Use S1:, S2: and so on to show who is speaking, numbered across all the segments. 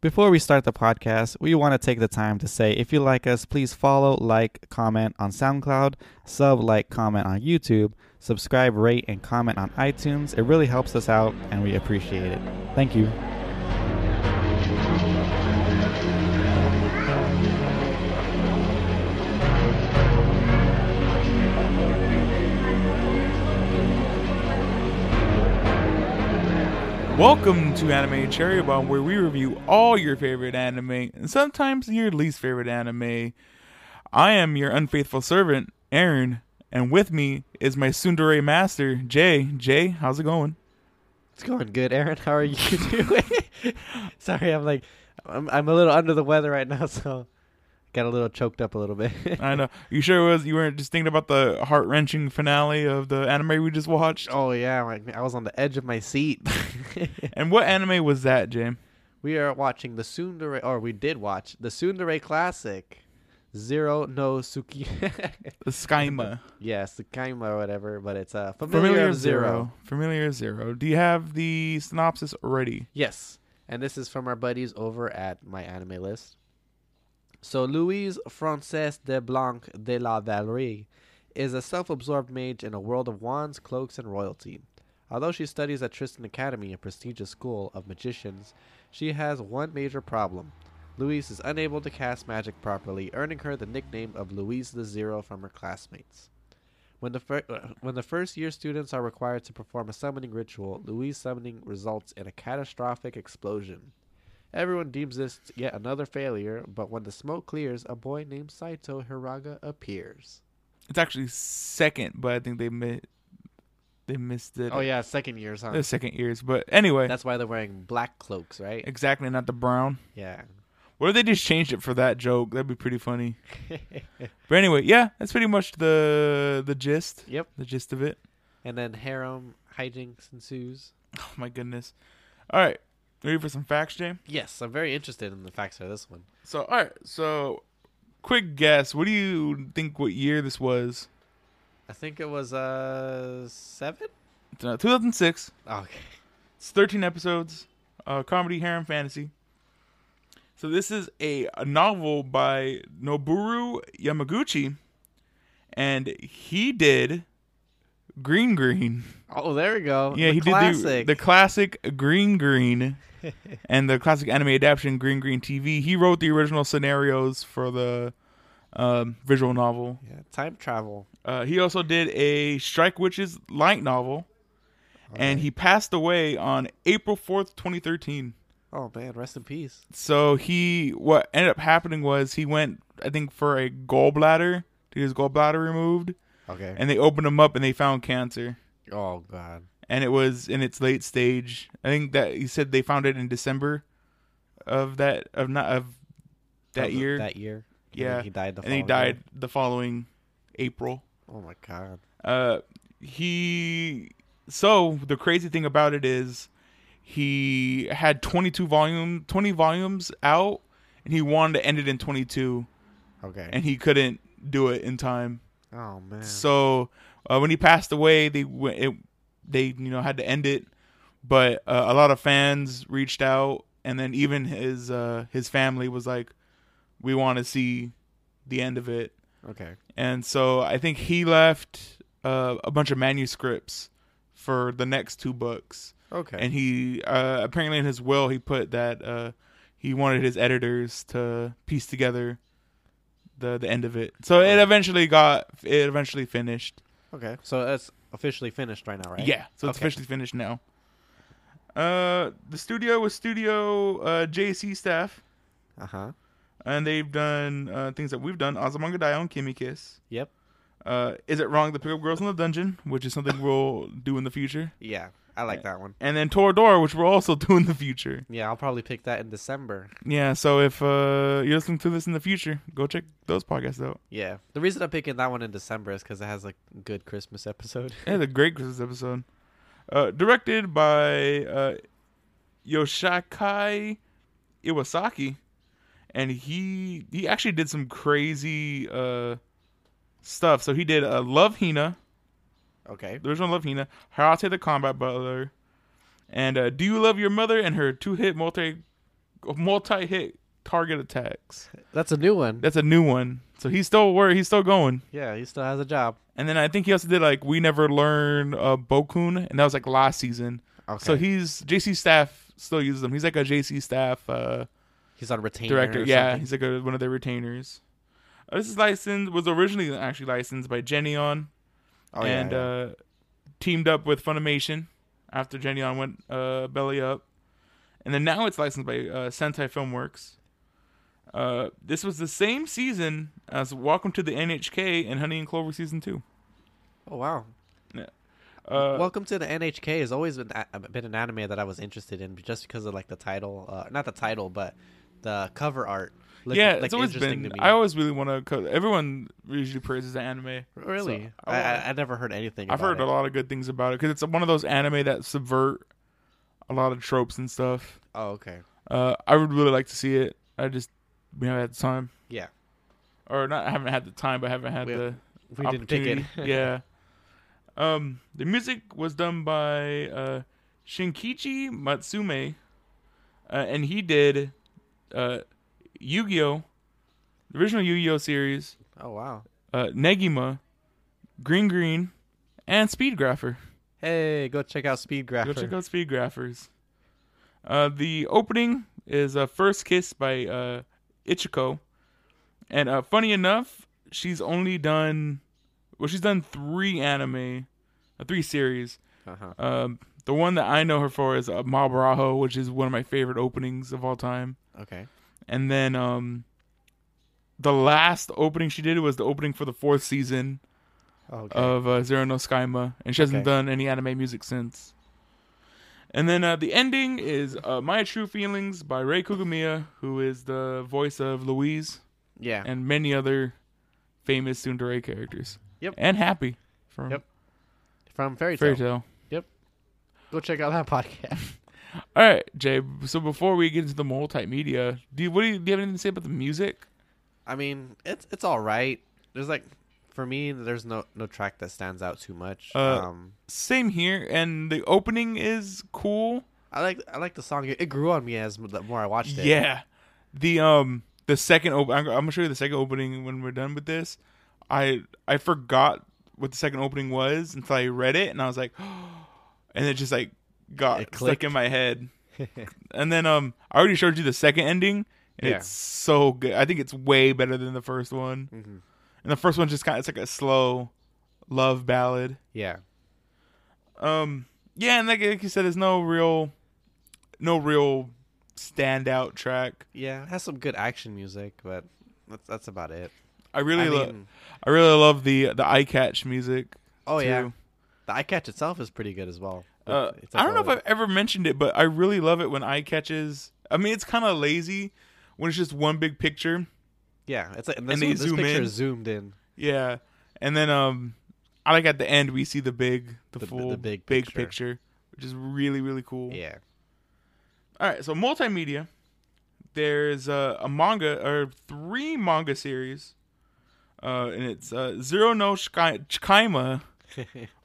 S1: Before we start the podcast, we want to take the time to say if you like us, please follow, like, comment on SoundCloud, sub, like, comment on YouTube, subscribe, rate, and comment on iTunes. It really helps us out and we appreciate it. Thank you.
S2: Welcome to Anime Cherry Bomb, where we review all your favorite anime and sometimes your least favorite anime. I am your unfaithful servant, Aaron, and with me is my tsundere master, Jay. Jay, how's it going?
S3: It's going good, Aaron. How are you doing? Sorry, I'm like, I'm, I'm a little under the weather right now, so got a little choked up a little bit.
S2: I know you sure was. You weren't just thinking about the heart wrenching finale of the anime we just watched.
S3: oh yeah, I'm like, I was on the edge of my seat.
S2: And what anime was that, Jay?
S3: we are watching the Sundere, or we did watch the Sundere classic, Zero no Suki.
S2: The Skyma.
S3: yes, the Kaima or whatever, but it's uh, familiar,
S2: Familiar
S3: of zero.
S2: Familiar Zero. Do you have the synopsis already?
S3: Yes. And this is from our buddies over at my anime list. So Louise Frances de Blanc de la Valerie is a self-absorbed mage in a world of wands, cloaks, and royalty. Although she studies at Tristan Academy, a prestigious school of magicians, she has one major problem. Louise is unable to cast magic properly, earning her the nickname of Louise the Zero from her classmates. When the, fir- uh, when the first year students are required to perform a summoning ritual, Louise summoning results in a catastrophic explosion. Everyone deems this yet another failure, but when the smoke clears, a boy named Saito Hiraga appears.
S2: It's actually second, but I think they mi- they missed it.
S3: Oh yeah, second years, huh?
S2: the second years. But anyway,
S3: That's why they're wearing black cloaks, right?
S2: exactly not the brown.
S3: Yeah.
S2: What if they just changed it for that joke? That'd be pretty funny. But anyway, yeah, that's pretty much the the gist.
S3: Yep.
S2: The gist of it.
S3: and then harem hijinks ensues.
S2: Oh my goodness. All right, ready for some facts, Jay?
S3: Yes, I'm very interested in the facts of this one.
S2: So all right, so quick guess. What do you think? What year this was?
S3: I think it was uh seven.
S2: It's, uh, 2006.
S3: Okay.
S2: It's 13 episodes, uh, comedy, harem, fantasy. So this is a, a novel by Noburu Yamaguchi, and he did Green Green.
S3: Oh, there we go.
S2: Yeah,
S3: the
S2: he
S3: classic.
S2: did the, the classic Green Green, and the classic anime adaptation Green Green TV. He wrote the original scenarios for the um, visual novel.
S3: yeah, time travel.
S2: Uh, he also did a Strike Witches light novel, and he passed away on April fourth, twenty thirteen.
S3: Oh man, rest in peace.
S2: So he what ended up happening was he went I think for a gallbladder to get his gallbladder removed
S3: Okay.
S2: and they opened him up and they found cancer
S3: oh god.
S2: and it was in its late stage. I think that he said they found it in December of that of not of that
S3: Of the-
S2: year.
S3: That year. And
S2: yeah.
S3: then he died. The
S2: and he
S3: following year.
S2: died the following April.
S3: Oh my god.
S2: Uh he so the crazy thing about it is he had 22 volume 20 volumes out and he wanted to end it in 22
S3: Okay.
S2: and he couldn't do it in time.
S3: oh man.
S2: So uh, when he passed away, they went, it, they you know had to end it, but uh, a lot of fans reached out, and then even his uh, his family was like, "We want to see the end of it."
S3: okay.
S2: And so I think he left uh, a bunch of manuscripts for the next two books,
S3: Okay.
S2: and he uh, apparently in his will he put that uh, he wanted his editors to piece together the the end of it. So it eventually got it eventually finished.
S3: okay. So that's officially finished right now, right?
S2: Yeah, so it's
S3: Okay.
S2: officially finished now. Uh, the studio was Studio uh, JC staff,
S3: Uh huh.
S2: and they've done uh, things that we've done: Azumanga Daioh and Kimi Kiss.
S3: Yep.
S2: Uh, is it wrong to pick up girls in the dungeon, which is something we'll do in the future,
S3: Yeah. I like that one.
S2: and then Toradora, which we'll also do in the future.
S3: Yeah, I'll probably pick that in December.
S2: Yeah, so if uh, you're listening to this in the future, go check those podcasts out.
S3: Yeah. The reason I'm picking that one in December is because it has a good Christmas episode.
S2: It had a great Christmas episode. Uh, directed by uh, Yoshakai Iwasaki, and he he actually did some crazy uh, stuff. So he did uh, Love Hina,
S3: okay.
S2: the original Love Hina, Harate the Combat Butler, and uh, Do You Love Your Mother and her two hit multi multi-hit target attacks.
S3: That's a new one.
S2: That's a new one. So he's still where he's still going.
S3: Yeah, he still has a job.
S2: And then I think he also did like we never learned uh, Bokun, and that was like last season.
S3: Okay.
S2: So he's JC staff still uses him. He's like a JC staff uh,
S3: he's on retainer.
S2: director.
S3: or
S2: Yeah,
S3: something.
S2: he's like a, one of their retainers. Uh, this is licensed was originally actually licensed by Genion
S3: Oh, yeah,
S2: and
S3: yeah.
S2: uh, teamed up with Funimation after Genion went uh, belly up, and then now it's licensed by uh, Sentai Filmworks. Uh, this was the same season as Welcome to the NHK and Honey and Clover season two.
S3: oh wow.
S2: Uh,
S3: Welcome to the NHK has always been a- been an anime that I was interested in just because of like the title, uh, not the title, but the cover art. Looked,
S2: yeah,
S3: like,
S2: it's always
S3: interesting
S2: been.
S3: To me.
S2: I always really want to. Co- everyone usually praises the anime.
S3: really,
S2: I
S3: I,
S2: wanna-
S3: I, I never heard anything.
S2: I've
S3: about
S2: heard
S3: it.
S2: a lot of good things about it because it's one of those anime that subvert a lot of tropes and stuff.
S3: Oh, okay.
S2: Uh, I would really like to see it. I just we haven't had the time,
S3: Yeah,
S2: or not. I haven't had the time, but I haven't had
S3: We-
S2: the
S3: we didn't pick
S2: opportunity.
S3: it.
S2: yeah. Um, the music was done by uh, Shinkichi Matsume, uh, and he did uh, Yu-Gi-Oh, the original Yu-Gi-Oh series,
S3: Oh wow.
S2: uh, Negima, Green Green, and Speedgrapher.
S3: Hey, go check out Speed Grapher.
S2: Go check out Speedgraphers. Uh, the opening is uh, First Kiss by uh, Ichiko. And uh, funny enough, she's only done, well, she's done three anime, uh, three series.
S3: Uh-huh.
S2: Um, the one that I know her for is uh, Mob Raho, which is one of my favorite openings of all time.
S3: Okay.
S2: And then um, the last opening she did was the opening for the fourth season
S3: Okay.
S2: of uh, Zero No Skyma, and she hasn't
S3: Okay.
S2: done any anime music since. And then uh, the ending is uh, My True Feelings by Rei Kugamiya, who is the voice of Louise
S3: yeah.
S2: and many other famous Tsundere characters.
S3: Yep.
S2: And Happy from
S3: Yep. From Fairy
S2: Fairy
S3: Tale.
S2: Tale.
S3: Go check out that podcast.
S2: All right, Jay. So before we get into the multimedia, do you, what do you, do you have anything to say about the music?
S3: I mean, it's it's all right. There's like, for me, there's no no track that stands out too much.
S2: Uh,
S3: um,
S2: Same here, and the opening is cool.
S3: I like I like the song. It grew on me as m- the more I watched it.
S2: Yeah, the um the second op- I'm, I'm gonna show you the second opening when we're done with this. I I forgot what the second opening was until I read it, and I was like, and it just like got
S3: It
S2: stuck in my head. and then um I already showed you the second ending, and
S3: Yeah.
S2: it's so good. I think it's way better than the first one.
S3: Mhm.
S2: And the first one just kind of it's like a slow love ballad.
S3: yeah.
S2: Um, yeah, and like, like you said, there's no real, no real standout track.
S3: Yeah, it has some good action music, but that's that's about it.
S2: I really
S3: I
S2: love.
S3: mean-
S2: I really love the the eye catch music.
S3: Oh
S2: too.
S3: yeah, the eye catch itself is pretty good as well.
S2: Uh,
S3: It's like
S2: I don't know
S3: all
S2: if I've ever mentioned it, but I really love it when eye catches. I mean, it's kind of lazy when it's just one big picture.
S3: yeah, it's like and this,
S2: they
S3: one- this
S2: zoom
S3: picture
S2: in.
S3: is zoomed in.
S2: Yeah, and then um, I like at the end we see the big, the,
S3: The- the
S2: full
S3: big
S2: big
S3: picture.
S2: picture, which is really really cool.
S3: Yeah.
S2: All right, so multimedia. There's a, a manga or three manga series, uh, and it's uh, Zero No Sky- Chikaima,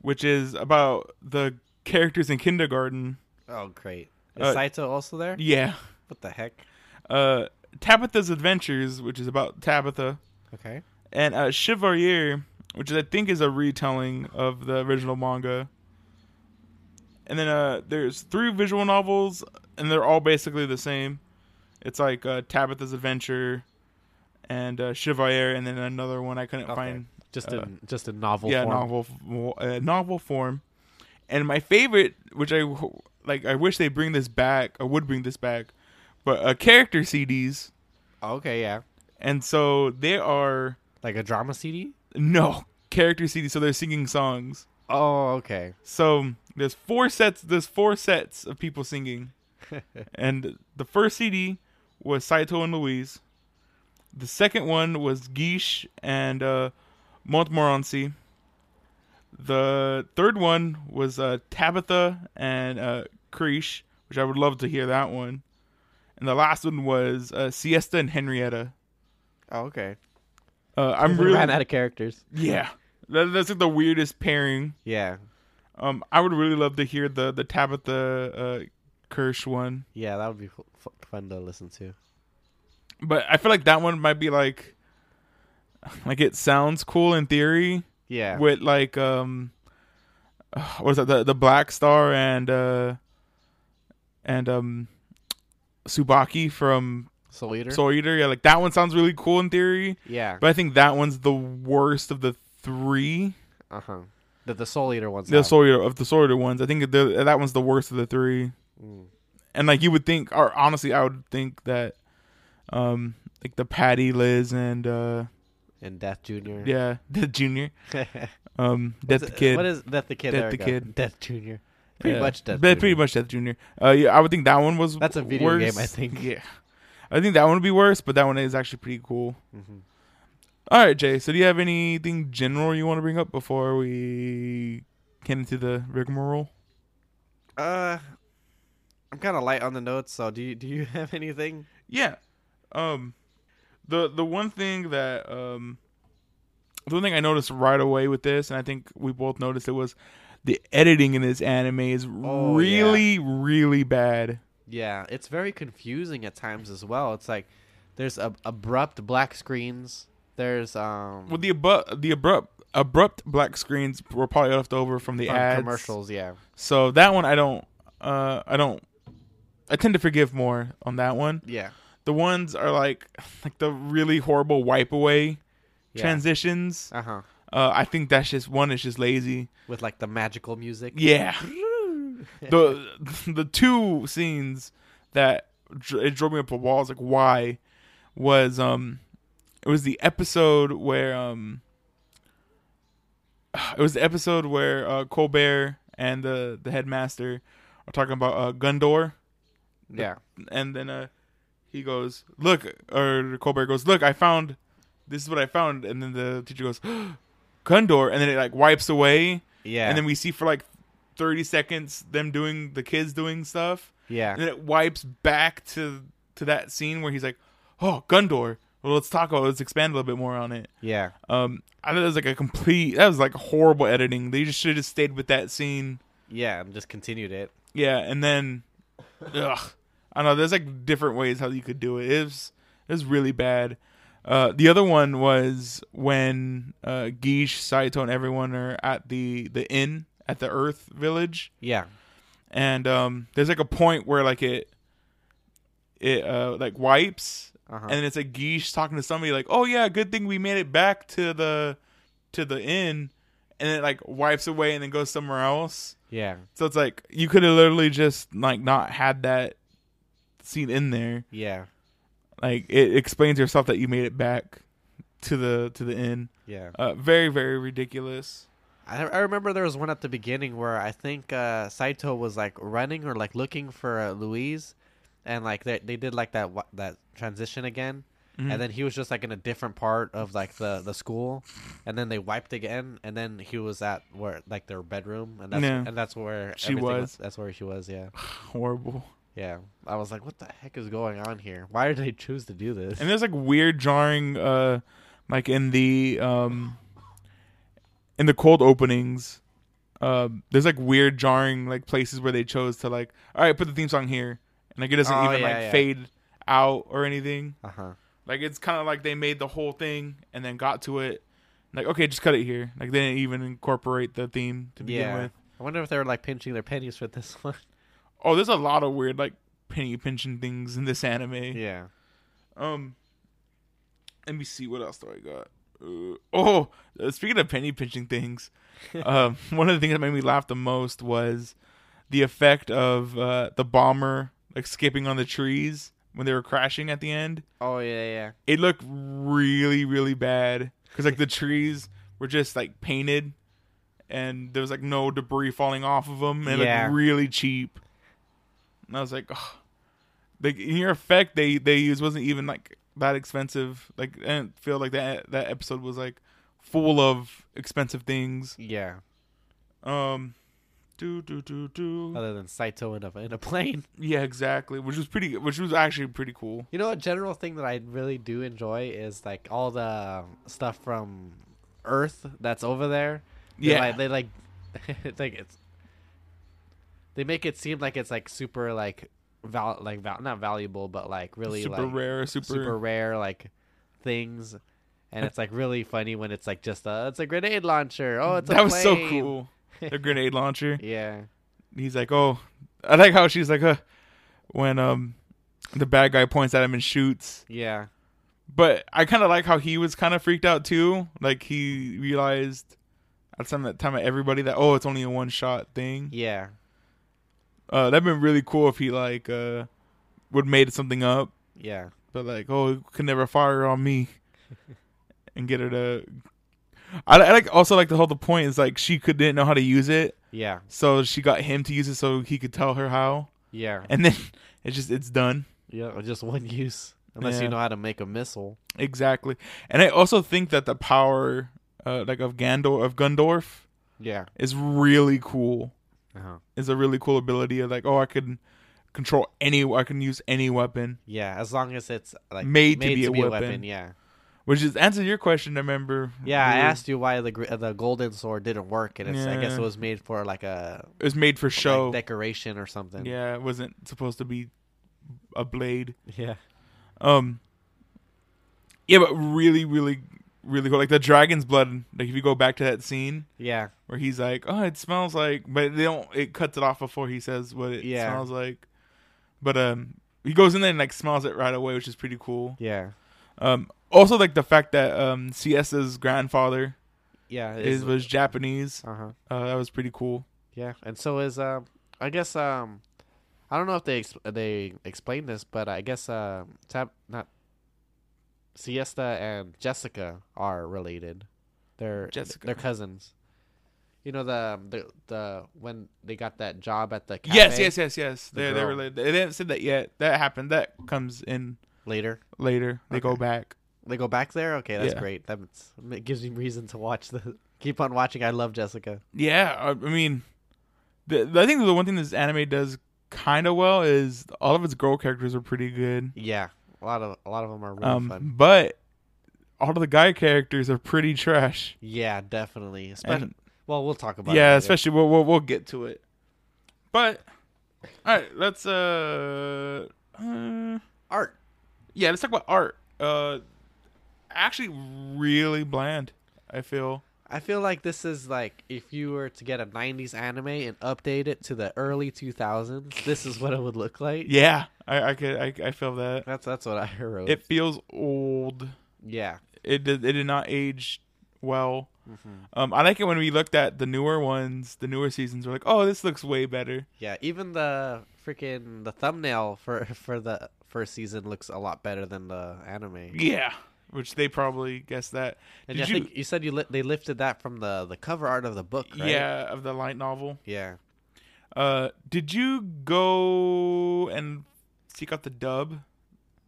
S2: which is about the characters in kindergarten.
S3: oh great. Is
S2: Uh,
S3: Saito also there?
S2: Yeah.
S3: What the heck?
S2: Uh, Tabitha's Adventures, which is about Tabitha,
S3: Okay.
S2: and uh, Chevalier, which is, I think is a retelling of the original manga. And then uh, there's three visual novels, and they're all basically the same. It's like uh, Tabitha's Adventure, and uh, Chevalier, and then another one I couldn't
S3: Okay.
S2: find.
S3: Just
S2: uh,
S3: in just in novel
S2: yeah,
S3: form.
S2: novel novel, f- uh, novel form. And my favorite, which I ho- like, I wish they bring this back. I would bring this back, but uh, character CDs.
S3: Oh, Okay, yeah.
S2: And so they are
S3: Like a drama CD?
S2: no character CD, so they're singing songs.
S3: Oh, okay.
S2: So there's four sets. There's four sets of people singing, and the first CD was Saito and Louise. The second one was Guiche and uh, Montmorency. The third one was uh, Tabitha and uh, Krish, which I would love to hear that one. And the last one was uh, Siesta and Henrietta.
S3: Oh, okay.
S2: Uh, I'm
S3: We
S2: really
S3: ran out of characters.
S2: Yeah, that, that's like the weirdest pairing.
S3: Yeah.
S2: Um, I would really love to hear the the Tabitha uh, Kirsch one.
S3: Yeah, that would be fu- fu- fun to listen to.
S2: But I feel like that one might be like like it sounds cool in theory
S3: Yeah.
S2: with like um what is that the the Black Star and uh and um Subaki from
S3: Soul Eater.
S2: Soul Eater. Yeah, like that one sounds really cool in theory,
S3: yeah.
S2: but I think that one's the worst of the three.
S3: Uh huh. The, the Soul Eater ones.
S2: The
S3: have.
S2: Soul Eater of the Soul Eater ones. I think the, that one's the worst of the three.
S3: Mm.
S2: And like you would think, or honestly, I would think that, um, like the Patty Liz and uh,
S3: And Death Junior.
S2: yeah, the Junior,
S3: Yeah.
S2: um, Death the Kid.
S3: Mm. What is Death the Kid?
S2: Death
S3: there
S2: the
S3: we go.
S2: Kid.
S3: Death Junior. Pretty
S2: Yeah.
S3: much Death.
S2: But pretty
S3: Junior.
S2: much Death Junior. Uh, yeah, I would think that one was.
S3: That's a video
S2: worse.
S3: game, I think.
S2: Yeah, I think that one would be worse, but that one is actually pretty cool.
S3: Mhm.
S2: All right, Jay. So do you have anything general you want to bring up before we get into the rigmarole?
S3: Uh, I'm kind of light on the notes. So do you do you have anything?
S2: Yeah. Um the the one thing that um the one thing I noticed right away with this and I think we both noticed it was the editing in this anime is
S3: Oh,
S2: really really bad.
S3: Yeah, it's very confusing at times as well. It's like there's ab- abrupt black screens. There's um
S2: With the abrupt the abrupt abrupt black screens were probably left over from the
S3: from
S2: ads.
S3: commercials. Yeah.
S2: So that one I don't uh I don't I tend to forgive more on that one.
S3: Yeah.
S2: The ones are like like the really horrible wipe away
S3: yeah.
S2: transitions.
S3: Uh huh.
S2: Uh I think that's just one is just lazy.
S3: With like the magical music.
S2: Yeah. the the two scenes that dr- it drove me up the wall. I was like, why? Was um, it was the episode where um, it was the episode where uh, Colbert and the the headmaster are talking about uh, Gundor,
S3: Yeah.
S2: and then uh, he goes, look, or Colbert goes, look, I found this is what I found, and then the teacher goes, Gundor, and then it like wipes away
S3: Yeah.
S2: and then we see for like 30 seconds them doing the kids doing stuff
S3: yeah.
S2: and then it wipes back to to that scene where he's like oh gundor well let's talk about it. let's expand a little bit more on it
S3: Yeah.
S2: um i thought it was like a complete that was like horrible editing they just should have stayed with that scene
S3: Yeah. And just continued it.
S2: yeah and then ugh, i don't know there's like different ways how you could do it it was, it was really bad uh, the other one was when uh, Geesh, Saito, and everyone are at the, the inn at the Earth Village,
S3: Yeah.
S2: and um there's like a point where like it it uh like wipes
S3: Uh huh.
S2: and then it's like Geesh talking to somebody like oh yeah good thing we made it back to the to the inn and then it like wipes away and then goes somewhere else
S3: Yeah.
S2: so it's like you could have literally just like not had that scene in there
S3: Yeah.
S2: like it explains yourself that you made it back to the to the inn
S3: Yeah.
S2: uh very very ridiculous
S3: I, I remember there was one at the beginning where I think uh, Saito was like running or like looking for uh, Louise, and like they they did like that wa- that transition again,
S2: Mhm.
S3: and then he was just like in a different part of like the the school, and then they wiped again, and then he was at where like their bedroom, and that's
S2: Yeah.
S3: and that's where
S2: She
S3: everything
S2: was.
S3: That's where she was. Yeah,
S2: horrible
S3: yeah. I was like, what the heck is going on here? Why did they choose to do this?
S2: And there's like weird jarring uh like in the um in the cold openings. Um there's like weird jarring like places where they chose to like all right, put the theme song here. And like it doesn't
S3: Oh,
S2: even
S3: yeah,
S2: like
S3: yeah.
S2: fade out or anything.
S3: Uh huh.
S2: Like it's kind of like they made the whole thing and then got to it. Like okay, just cut it here. Like they didn't even incorporate the theme to begin
S3: Yeah.
S2: with.
S3: I wonder if they were like pinching their pennies for this one.
S2: Oh, there's a lot of weird like penny pinching things in this anime.
S3: yeah.
S2: Um, let me see what else do I got. Uh, oh, uh, speaking of penny pinching things, um, one of the things that made me laugh the most was the effect of uh, the bomber like skipping on the trees when they were crashing at the end.
S3: Oh yeah, yeah.
S2: It looked really, really bad because like the trees were just like painted, and there was like no debris falling off of them, and it
S3: Yeah.
S2: looked really cheap. And I was like, oh. like in your effect they they used wasn't even like that expensive. Like I didn't feel like that that episode was like full of expensive things.
S3: Yeah.
S2: Um, do do do do.
S3: Other than Saito in a in a plane.
S2: Yeah, exactly. Which was pretty. Which was actually pretty cool.
S3: You know, a general thing that I really do enjoy is like all the um, stuff from Earth that's over there. They
S2: Yeah.
S3: like, they like, it's like it's. They make it seem like it's like super like val like val- not valuable, but like really
S2: super
S3: like
S2: rare, super,
S3: super rare like things. And it's like really funny when it's like just a it's a grenade launcher. Oh, it's a
S2: that was so
S3: plane.
S2: cool. The grenade launcher.
S3: Yeah.
S2: He's like, oh, I like how she's like, huh, when um, the bad guy points at him and shoots.
S3: Yeah.
S2: But I kind of like how he was kind of freaked out too. Like he realized at some that time at everybody that oh, it's only a one shot thing.
S3: Yeah.
S2: Uh, that'd been really cool if he like uh would made something up.
S3: Yeah.
S2: but like, oh, you could never fire on me, and get her to. I, I like also like the whole the point is like she could didn't know how to use it,
S3: Yeah.
S2: so she got him to use it so he could tell her how,
S3: Yeah.
S2: and then it's just it's done
S3: Yeah. or Just one use. Unless
S2: Yeah.
S3: you know how to make a missile.
S2: exactly. And I also think that the power, uh, like of Gandor of Gundorf,
S3: Yeah.
S2: is really cool.
S3: Uh-huh.
S2: Is a really cool ability of like, oh, I can control any, I can use any weapon,
S3: Yeah. As long as it's like
S2: Made to be a weapon.
S3: Yeah.
S2: which is answer your question. I remember.
S3: Yeah, I
S2: Lou.
S3: asked you why the gr- uh, the golden sword didn't work, and it's, I guess
S2: Yeah.
S3: it was made for like a
S2: It was made for show.
S3: like, decoration or something.
S2: Yeah, it wasn't supposed to be a blade.
S3: yeah,
S2: Um Yeah, but really, really, really cool. Like the dragon's blood, like if you go back to that scene
S3: yeah,
S2: where he's like, Oh, it smells like but they don't it cuts it off before he says what it
S3: Yeah.
S2: smells like. But um he goes in there and like smells it right away, which is pretty cool.
S3: yeah,
S2: Um also like the fact that um CS's grandfather
S3: yeah. it
S2: is was Japanese.
S3: uh huh.
S2: Uh that was pretty cool.
S3: Yeah, and so is um. I guess um, I don't know if they ex- they explained this, but I guess um, tab not Siesta and Jessica are related. They're
S2: Jessica.
S3: they're cousins. You know the um, the the when they got that job at the cafe
S2: Yes, yes, yes, yes.
S3: The
S2: They they
S3: girl.
S2: were they didn't say that yet. That happened. That comes in
S3: later.
S2: later. They go
S3: Okay.
S2: back.
S3: They go back there. Okay, that's
S2: Yeah.
S3: great. That it gives me reason to watch the. Keep on watching. I love Jessica.
S2: Yeah, I, I mean, the, the- I think the one thing this anime does kind of well is all of its girl characters are pretty good.
S3: Yeah, a lot of a lot of them are really fun.
S2: Um, but all of the guy characters are pretty trash.
S3: Yeah, definitely. Especially
S2: And,
S3: well, we'll talk about it
S2: yeah,
S3: later.
S2: especially we'll, we'll we'll get to it. But all right, let's uh, uh
S3: art.
S2: yeah, let's talk about art. Uh, actually, really bland. I feel.
S3: I feel like this is like if you were to get a '90s anime and update it to the early 2000s, this is what it would look like.
S2: Yeah, I I could I, I feel that
S3: That's that's what I wrote.
S2: it feels old.
S3: yeah,
S2: It did it did not age well.
S3: Mhm.
S2: Um, I like it when we looked at the newer ones, the newer seasons. We're like, oh, this looks way better.
S3: yeah. Even the freaking the thumbnail for for the first season looks a lot better than the anime.
S2: Yeah, which they probably guessed that.
S3: And
S2: Did
S3: I think you said you li- they lifted that from the the cover art of the book, right?
S2: Yeah, of the light novel.
S3: Yeah.
S2: Uh, did you go and seek out the dub?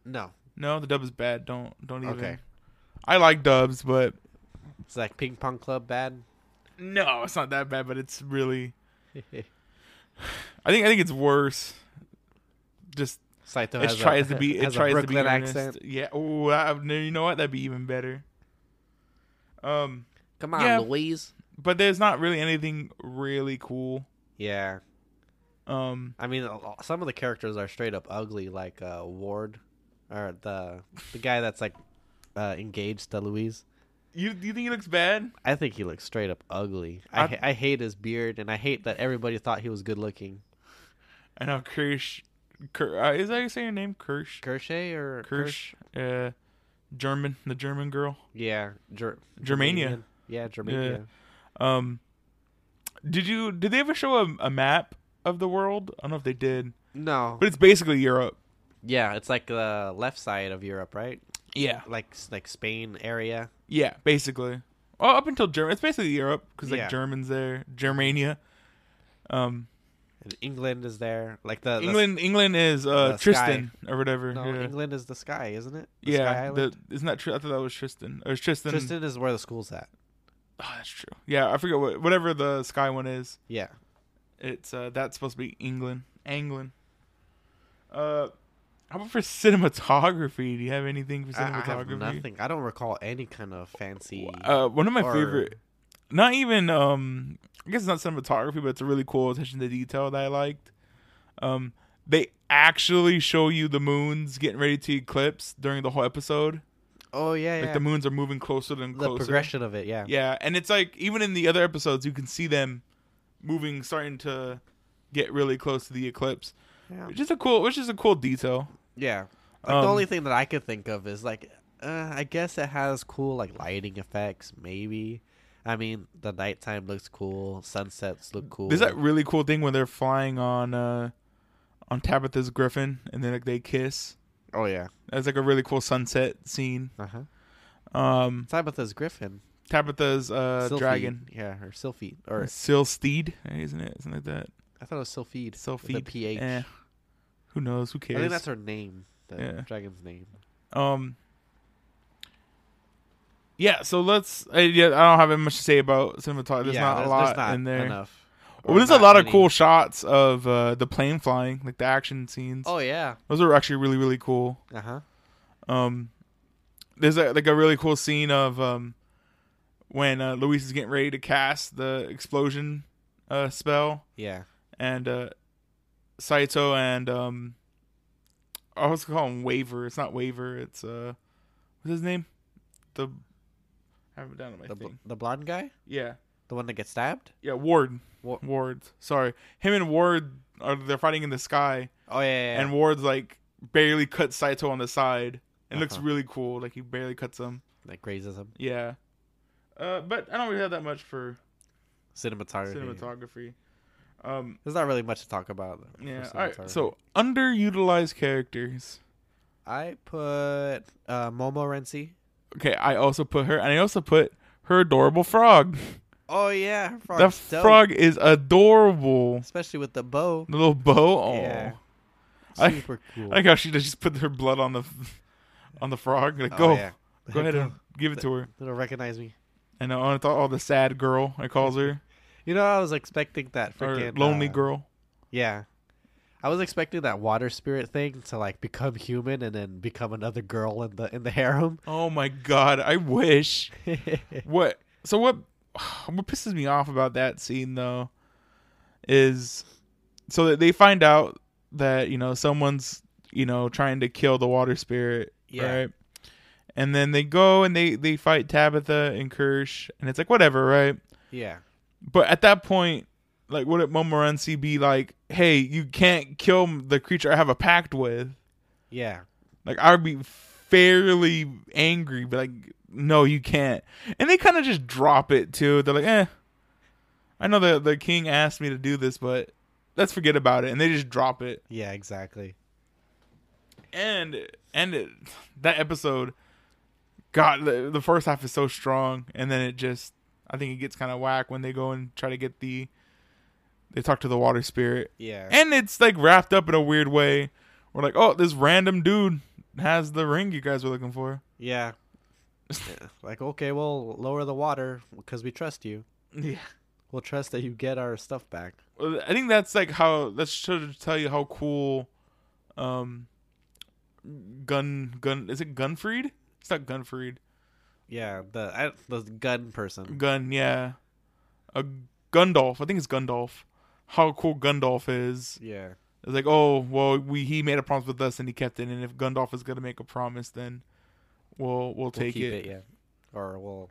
S3: No.
S2: No, the dub is bad. Don't don't even.
S3: Okay.
S2: I like dubs, but
S3: It's like ping pong club bad.
S2: no, it's not that bad. But it's really, I think I think it's worse. Just
S3: Saito
S2: it
S3: has
S2: tries
S3: a,
S2: to be it
S3: has a
S2: tries to
S3: Brooklyn
S2: be earnest.
S3: accent.
S2: Yeah. Oh, I- no, you know what? That'd be even better. Um,
S3: Come on,
S2: Yeah.
S3: Louise.
S2: but there's not really anything really cool.
S3: Yeah.
S2: Um,
S3: I mean, a lo- some of the characters are straight up ugly, like uh, Ward, or the the guy that's like uh, engaged to Louise.
S2: you do you think he looks bad?
S3: I think he looks straight up ugly. I,
S2: I-
S3: ha- I hate his beard, and I hate that everybody thought he was good looking.
S2: I know Kirsch. Kir- uh, is that how you say your name? Kirsch.
S3: Kirsche or Kirsch?
S2: Kirsch. Uh, German. The German girl.
S3: Yeah, Ger-
S2: Germania.
S3: Germanian. Yeah, Germania.
S2: Um, did you did they ever show a, a map of the world? I don't know if they did,
S3: No.
S2: but it's basically Europe.
S3: Yeah, it's like the left side of Europe, right?
S2: Yeah.
S3: Like s- like Spain area.
S2: Yeah, basically. Well, up until Germany, it's basically Europe because like
S3: Yeah.
S2: Germans there, Germania. Um,
S3: And England is there. Like the the-
S2: England, England is uh
S3: the
S2: Tristan or whatever.
S3: no,
S2: yeah,
S3: England is the sky, isn't it? The Sky
S2: yeah.
S3: Island.
S2: The, isn't that true? I thought that was Tristan. Or it's Tristan.
S3: Tristan is where the school's at.
S2: Oh, that's true. Yeah, I forget what whatever the sky one is.
S3: Yeah.
S2: It's uh that's supposed to be England, England. Uh, how about for cinematography? Do you have anything for
S3: I, I
S2: cinematography?
S3: have nothing. I don't recall any kind of fancy.
S2: Uh, one of my
S3: Or-
S2: favorite, not even um I guess it's not cinematography, but it's a really cool attention to detail that I liked. Um, they actually show you the moons getting ready to eclipse during the whole episode.
S3: Oh yeah, yeah.
S2: Like the moons are moving closer and
S3: the
S2: closer.
S3: progression of it, yeah.
S2: Yeah, and it's like even in the other episodes, you can see them moving, starting to get really close to the eclipse,
S3: Yeah.
S2: which is a cool, which is a cool detail.
S3: Yeah. Like
S2: Um,
S3: the only thing that I could think of is like, uh, I guess it has cool like lighting effects, maybe. I mean, the nighttime looks cool, sunsets look cool.
S2: There's that really cool thing when they're flying on uh on Tabitha's griffin, and then like they kiss.
S3: oh yeah,
S2: That's like a really cool sunset scene.
S3: uh huh.
S2: Um,
S3: Tabitha's Griffin,
S2: Tabitha's uh
S3: Sylphie.
S2: dragon,
S3: yeah, or Sylphie, or
S2: Silsteed, isn't it? Something like that.
S3: I thought it was Sylphide.
S2: Sylphie.
S3: The ph.
S2: Eh. Who knows? Who
S3: I
S2: cares?
S3: think that's her name. The
S2: Yeah.
S3: dragon's name.
S2: Um. Yeah, so let's. I, yeah, I don't have much to say about cinematography. There's not a lot in there.
S3: Enough.
S2: Well, there's a
S3: not
S2: lot of
S3: many.
S2: cool shots of uh, the plane flying, like the action scenes.
S3: Oh yeah.
S2: Those are actually really, really cool.
S3: Uh huh.
S2: Um, there's a, like a really cool scene of um, when uh, Luis is getting ready to cast the explosion uh, spell,
S3: Yeah.
S2: and uh, Saito and um, I was calling him Waver. It's not Waver. It's uh, what's his name? The I have it down on my
S3: The bl-
S2: thing.
S3: the blonde guy,
S2: Yeah,
S3: the one that gets stabbed.
S2: yeah. Ward.
S3: Wa-
S2: Ward. Sorry, him and Ward are they're fighting in the sky,
S3: Oh yeah. yeah, yeah.
S2: and Ward's like barely cuts Saito on the side. It looks
S3: Uh-huh.
S2: really cool. Like he barely cuts him.
S3: that grazes him.
S2: Yeah. Uh, but I don't really have that much for
S3: Cinematography.
S2: cinematography. Um,
S3: There's not really much to talk about. for
S2: yeah. All right.
S3: cinematography.
S2: So underutilized characters.
S3: I put uh, Momo Renzi.
S2: Okay, I also put her, and I also put her adorable frog.
S3: Oh yeah, her
S2: The
S3: frog's dope.
S2: frog is adorable.
S3: especially with the bow.
S2: The little bow. Oh,
S3: Yeah.
S2: I-
S3: Super cool.
S2: I like how she just just put her blood on the on the frog. Like,
S3: Oh,
S2: go,
S3: yeah.
S2: go ahead and give it to her.
S3: It'll recognize me.
S2: And I thought, oh, the sad girl. I calls her
S3: You know, I was expecting that
S2: or
S3: freaking
S2: lonely
S3: uh,
S2: girl.
S3: Yeah. I was expecting that water spirit thing to like become human and then become another girl in the in the harem.
S2: Oh my god, I wish.
S3: yeah.
S2: What? So what? What pisses me off about that scene though is so that they find out that you know someone's you know trying to kill the water spirit,
S3: Yeah.
S2: right? And then they go and they they fight Tabitha and Kirsch, and it's like whatever, right? But at that point, like, would Momorency be like, "Hey, you can't kill the creature I have a pact with"?
S3: Yeah.
S2: Like I'd be fairly angry, but like, no, you can't. And they kind of just drop it too. They're like, eh, I know the the king asked me to do this, but let's forget about it. And they just drop it.
S3: Yeah, exactly.
S2: And and it, that episode, God, the, the first half is so strong, and then it just, I think it gets kind of whack when they go and try to get the. They talk to the water spirit,
S3: Yeah.
S2: and it's like wrapped up in a weird way. We're like, oh, this random dude has the ring you guys were looking for.
S3: yeah. Yeah. Like, okay, well, lower the water because we trust you.
S2: Yeah.
S3: We'll trust that you get our stuff back.
S2: Well, I think that's like how that should tell you how cool um gun gun is it Gunfried? It's not Gunfried.
S3: Yeah, the I, the gun person.
S2: Gun, yeah. A Gundolf. I think it's Gundolf. How cool Gundolf is.
S3: Yeah.
S2: It's like, oh well we he made a promise with us and he kept it and if Gundolf is gonna make a promise then we'll we'll
S3: We'll
S2: take
S3: keep
S2: it.
S3: yeah. Or we'll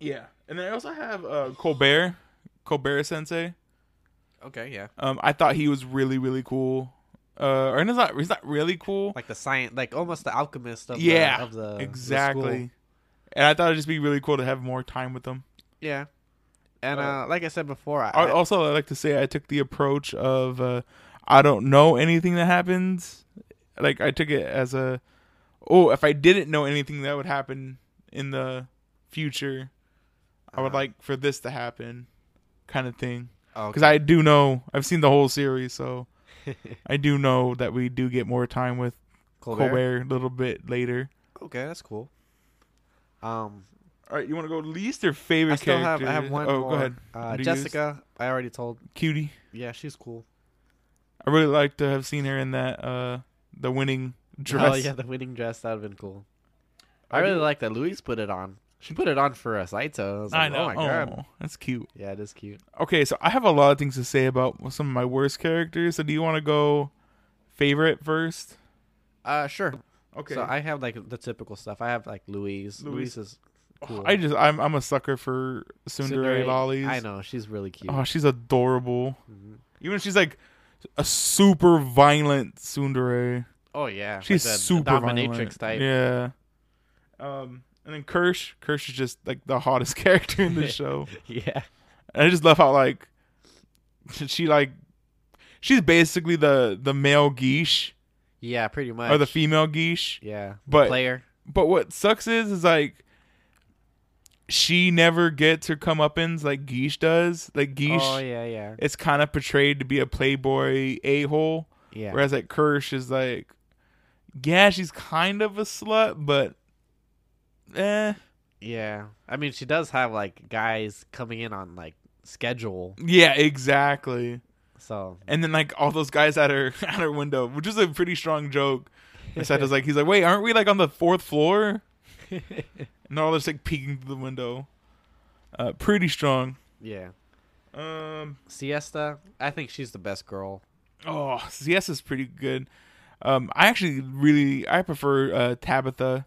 S2: Yeah. And then I also have uh Colbert. Colbert Sensei.
S3: Okay, yeah.
S2: Um I thought he was really, really cool. Uh or he's not he's not really cool.
S3: Like the science like almost the alchemist of
S2: yeah,
S3: the of the the
S2: exactly.
S3: school.
S2: and I thought it'd just be really cool to have more time with them.
S3: yeah. And
S2: Uh,
S3: uh, like I said before, I,
S2: I, oh,
S3: I-
S2: also, I like to say I took the approach of uh, I don't know anything that happens. Like I took it as a oh, if I didn't know anything that would happen in the future, I would
S3: Uh-huh.
S2: like for this to happen, kind of thing.
S3: oh,
S2: Because I do know I've seen the whole series, so I do know that we do get more time with
S3: Colbert.
S2: Colbert, a little bit later.
S3: Okay, that's cool. Um,
S2: All right, you want to go least or favorite
S3: I still have
S2: character?
S3: I have one
S2: Oh,
S3: more.
S2: go ahead.
S3: Uh,
S2: Do yours.
S3: Jessica, I already told.
S2: Cutie.
S3: Yeah, she's cool.
S2: I really like to have seen her in that uh the winning dress.
S3: Oh yeah, the winning dress that'd have been cool. I,
S2: I
S3: really
S2: do-
S3: like that Louise put it on. She put it on for a Saito. I, was
S2: I
S3: like,
S2: know.
S3: Oh my god.
S2: Oh, that's cute.
S3: Yeah, it is cute.
S2: Okay, so I have a lot of things to say about some of my worst characters. So do you want to go favorite first?
S3: Uh, sure.
S2: Okay.
S3: So I have like the typical stuff. I have like Louise.
S2: Louise.
S3: Louise, is cool.
S2: Oh, I just I'm I'm a sucker for Sundere, lollies.
S3: I know she's really cute. Mm-hmm.
S2: Oh, she's adorable. Even if she's like a super violent Sundere.
S3: Oh yeah,
S2: She's
S3: like the- the
S2: super
S3: dominatrix
S2: violent.
S3: type.
S2: Yeah. Um, and then Kirsch. Kirsch is just like the hottest character in the show.
S3: Yeah.
S2: And I just love how like she like she's basically the the male geesh
S3: Yeah, pretty much.
S2: or the female geesh.
S3: yeah,
S2: But
S3: player.
S2: but what sucks is is like she never gets her comeuppance like Geesh does. Like Geesh,
S3: Oh yeah, yeah,
S2: it's kind of portrayed to be a playboy a hole,
S3: yeah.
S2: whereas like Kirsch is like, yeah, she's kind of a slut, but eh,
S3: Yeah. I mean, she does have like guys coming in on like schedule.
S2: yeah, exactly.
S3: So
S2: And then like all those guys at her at her window, which is a pretty strong joke. And Sato's like, he's like, wait, aren't we like on the fourth floor? And they're all just like peeking through the window. Uh, pretty strong.
S3: yeah,
S2: Um,
S3: Siesta. I think she's the best girl.
S2: oh, CS is pretty good. Um, I actually really I prefer uh, Tabitha.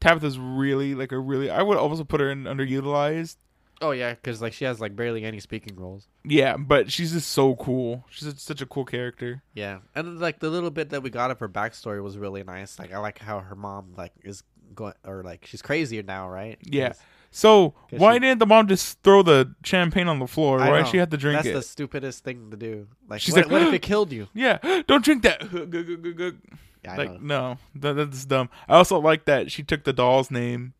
S2: Tabitha's really like a really I would also put her in underutilized.
S3: Oh yeah, because like she has like barely any speaking roles.
S2: Yeah, but she's just so cool. She's just such a cool character.
S3: Yeah, and like the little bit that we got of her backstory was really nice. Like I like how her mom like is going or like she's crazier now, right?
S2: Yeah.
S3: 'Cause-
S2: So
S3: Guess
S2: why
S3: she-
S2: didn't the mom just throw the champagne on the floor?
S3: I
S2: Why
S3: know.
S2: she had to drink
S3: That's
S2: it?
S3: the stupidest thing to do. Like,
S2: She's
S3: what,
S2: like,
S3: what if it killed you?
S2: Yeah, don't drink that. Gug, gug, gug, gug.
S3: Yeah, I
S2: Like mm,
S3: know.
S2: no, that, that's dumb. I also like that she took the doll's name.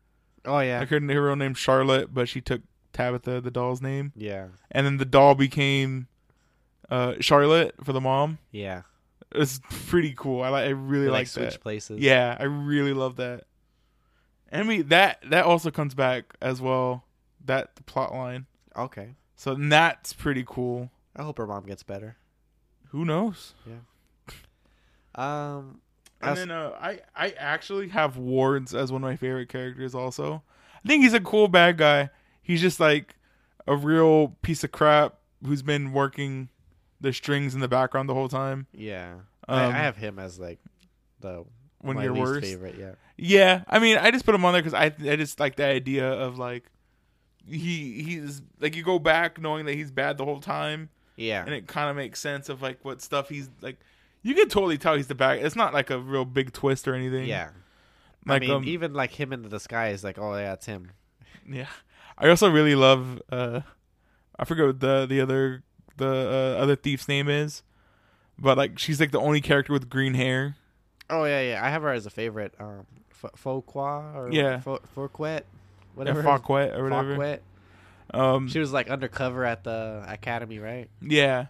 S3: Oh yeah,
S2: Like her, her real name Charlotte, but she took Tabitha, the doll's name.
S3: yeah,
S2: and then the doll became uh Charlotte for the mom.
S3: yeah.
S2: It's pretty cool. I like. I really
S3: They, like,
S2: like,
S3: switch
S2: that.
S3: places.
S2: Yeah, I really love that. And I mean that that also comes back as well. That plot line.
S3: Okay.
S2: So that's pretty cool.
S3: I hope her mom gets better.
S2: Who knows?
S3: Um.
S2: And
S3: as-
S2: then uh, I I actually have Ward's as one of my favorite characters. Also, I think he's a cool bad guy. He's just like a real piece of crap who's been working the strings in the background the whole time.
S3: yeah,
S2: Um,
S3: I, I have him as like the
S2: when
S3: my
S2: you're
S3: least
S2: worse.
S3: favorite. Yeah.
S2: Yeah, I mean, I just put him on there because I I just like the idea of like he he's like you go back knowing that he's bad the whole time,
S3: Yeah.
S2: and it kind of makes sense of like what stuff he's like. You can totally tell he's the bad. It's not like a real big twist or anything.
S3: yeah.
S2: like
S3: I mean,
S2: um,
S3: even like him in the disguise, like, oh yeah, it's him.
S2: yeah. I also really love uh, I forget what the the other the uh, other thief's name is, but like she's like the only character with green hair.
S3: Oh yeah, yeah. I have her as a favorite. Um, F- Foqua or
S2: Yeah.
S3: Fo- Forquet,
S2: Yeah,
S3: whatever. his-
S2: Fawquet or whatever.
S3: Fawquet.
S2: Um,
S3: She was like undercover at the academy, right?
S2: Yeah.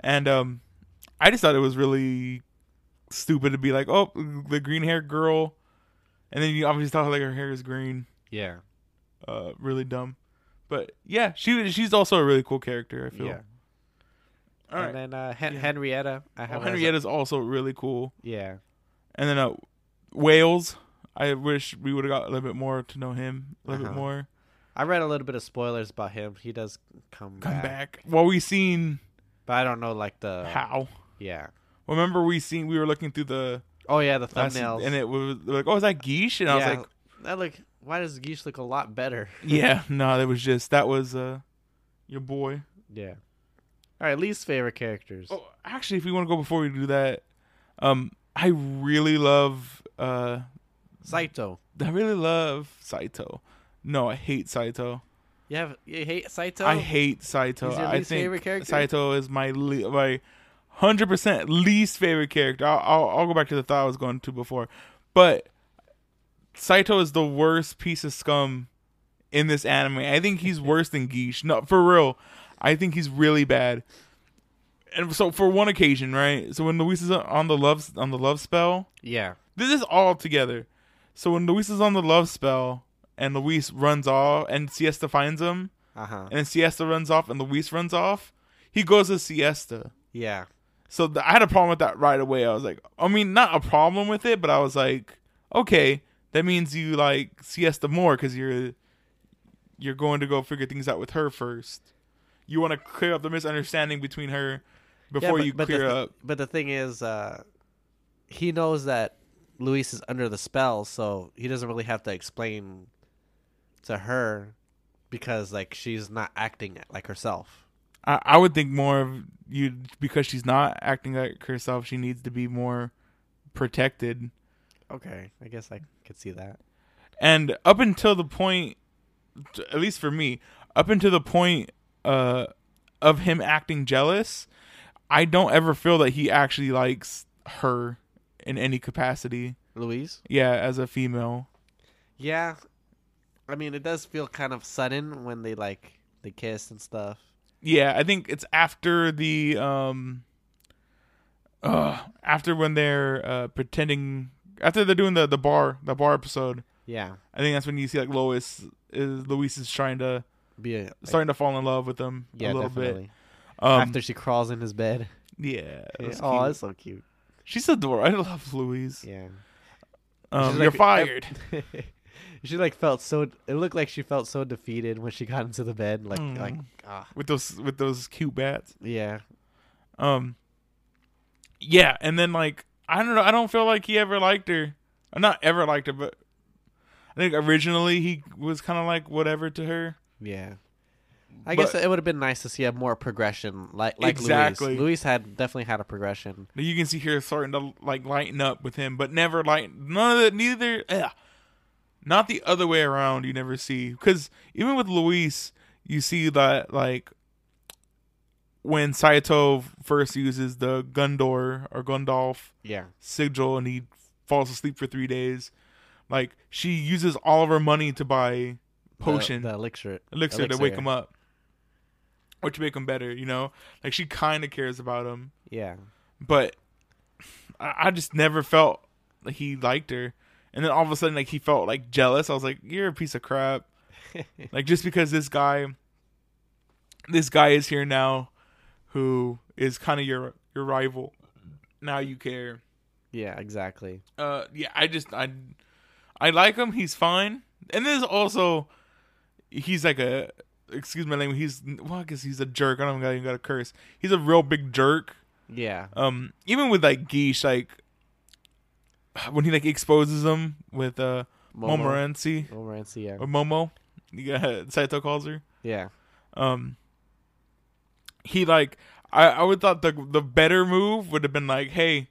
S2: And um I just thought it was really stupid to be like, "Oh, the green hair girl." And then you obviously thought like her hair is green.
S3: Yeah.
S2: Uh really dumb. But yeah, she was- she's also a really cool character, I feel.
S3: Yeah.
S2: All right.
S3: And then uh, Hen-
S2: Yeah.
S3: Henrietta, I have
S2: Well,
S3: her as a-
S2: Henrietta's also really cool.
S3: yeah.
S2: And then uh Wales, I wish we would have got a little bit more to know him, a little
S3: Uh-huh.
S2: bit more.
S3: I read a little bit of spoilers about him. He does come,
S2: Come
S3: back,
S2: back. Well, we seen
S3: but I don't know like the
S2: how.
S3: Yeah.
S2: Remember we seen we were looking through the
S3: Oh yeah, the
S2: last-
S3: thumbnails.
S2: and it was like, "Oh, is that Geesh?" And I was
S3: Yeah.
S2: like,
S3: that look. Why does Geesh look a lot better?
S2: Yeah, no, that was just that was uh your boy.
S3: Yeah. All right, least favorite characters.
S2: Oh, actually, if we want to go before we do that, um, I really love uh,
S3: Saito.
S2: I really love Saito. No, I hate Saito.
S3: You have you hate Saito?
S2: I hate Saito.
S3: He's your
S2: I
S3: least
S2: think
S3: favorite character?
S2: Saito is my le- my hundred percent least favorite character. I'll, I'll I'll go back to the thought I was going to before, but Saito is the worst piece of scum in this anime. I think he's worse than Geesh. No, for real. I think he's really bad. And so for one occasion, right? So when Luis is on the love on the love spell,
S3: yeah.
S2: this is all together. So when Luis is on the love spell and Luis runs off and Siesta finds him,
S3: Uh huh.
S2: and then Siesta runs off and Luis runs off, he goes to Siesta.
S3: Yeah.
S2: So th- I had a problem with that right away. I was like, I mean, not a problem with it, but I was like, okay, that means you like siesta more because you're you're going to go figure things out with her first. You want to clear up the misunderstanding between her before
S3: but,
S2: you
S3: but
S2: clear
S3: the, thi-
S2: up.
S3: But the thing is, uh, he knows that Luis is under the spell, so he doesn't really have to explain to her because like she's not acting like herself.
S2: I, I would think more of you because she's not acting like herself. She needs to be more protected.
S3: Okay, I guess I could see that.
S2: And up until the point, t- at least for me, up until the point uh, of him acting jealous, I don't ever feel that he actually likes her in any capacity.
S3: Luis?
S2: Yeah, as a female.
S3: Yeah. I mean, it does feel kind of sudden when they like they kiss and stuff.
S2: Yeah, I think it's after the um uh after when they're uh pretending after they're doing the the bar the bar episode.
S3: Yeah.
S2: I think that's when you see like Lois is Luis is trying to
S3: Be a,
S2: starting to fall in love with them
S3: yeah,
S2: a little
S3: definitely.
S2: bit. Um
S3: After she crawls in his bed.
S2: yeah. that's
S3: oh,
S2: cute.
S3: that's so cute.
S2: She's adorable. I love Louise.
S3: Yeah.
S2: Um,
S3: She's
S2: you're
S3: like-
S2: fired.
S3: she like felt so. It looked like she felt so defeated when she got into the bed. Like,
S2: Mm.
S3: like, ah,
S2: with those with those cute bats.
S3: yeah,
S2: Um. Yeah, and then like I don't know. I don't feel like he ever liked her. Uh, Not ever liked her, but I think originally he was kind of like whatever to her.
S3: yeah. I
S2: But-
S3: guess it would have been nice to see a more progression, like like
S2: Exactly.
S3: Luis. Luis had definitely had a progression.
S2: But You can see her starting to like lighten up with him, but never light. None of the neither. Yeah, not the other way around. You never see because even with Luis, you see that like when Saito first uses the Gundor or Gundolf
S3: Yeah,
S2: sigil and he falls asleep for three days. Like she uses all of her money to buy
S3: The-
S2: potion
S3: the, elixir,
S2: elixir, to wake
S3: elixir.
S2: him up, or to make him better. You know, like she kind of cares about him,
S3: Yeah,
S2: but I, I just never felt like he liked her. And then all of a sudden, like he felt like jealous. I was like, "You're a piece of crap." like just because this guy, this guy is here now, who is kind of your your rival. Now you care.
S3: yeah, exactly.
S2: uh yeah i just i i like him he's fine and there's also he's like a excuse my language he's well i guess he's a jerk i don't even got a curse he's a real big jerk
S3: Yeah,
S2: um even with like geesh like when he like exposes him with uh
S3: Momo-
S2: momorency
S3: Momorency, yeah,
S2: or momo yeah saito calls her
S3: yeah,
S2: um he like I, I would thought the the better move would have been like, hey,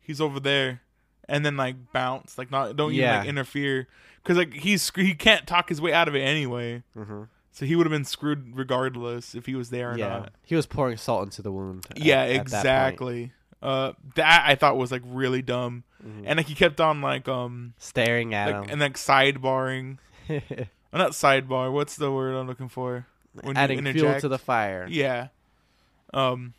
S2: he's over there, and then like bounce, like not don't even
S3: Yeah.
S2: like interfere, because like he's sc- he can't talk his way out of it anyway,
S3: hmm
S2: so he would have been screwed regardless if he was there or
S3: yeah.
S2: not.
S3: He was pouring salt into the wound. at-
S2: Yeah,
S3: at that point.
S2: exactly. uh, that I thought was like really dumb,
S3: Mhm.
S2: and like he kept on like um
S3: Staring at
S2: like, and like sidebarring,
S3: him,
S2: uh, not sidebar. What's the word I'm looking for? When you
S3: adding fuel
S2: interject?
S3: to the fire.
S2: Yeah. Um.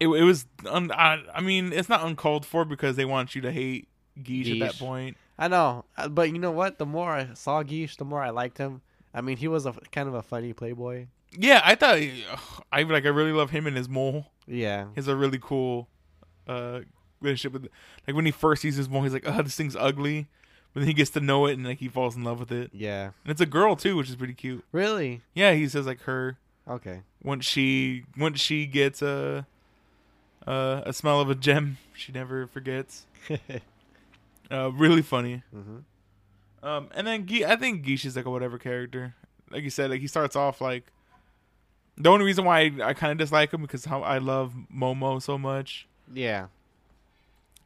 S2: It it was un, I, I mean it's not uncalled for because they want you to hate Geesh at that
S3: Geesh.
S2: point.
S3: I know, uh, but you know what? The more I saw Geesh, the more I liked him. I mean, he was a f- kind of a funny playboy.
S2: Yeah, I thought ugh, I like I really love him and his mole.
S3: Yeah,
S2: He has a really cool uh relationship with like when he first sees his mole, he's like, oh, this thing's ugly. But then he gets to know it and like he falls in love with it.
S3: yeah.
S2: And it's a girl too, which is pretty cute.
S3: Really?
S2: Yeah, he says like her
S3: Okay.
S2: once she once she gets a a, a smell of a gem, she never forgets.
S3: mm-hmm.
S2: Uh, really funny. Um, and then Ge- I think Geesh is like a whatever character. Like you said, like he starts off like the only reason why I, I kind of dislike him because how I love Momo so much,
S3: Yeah.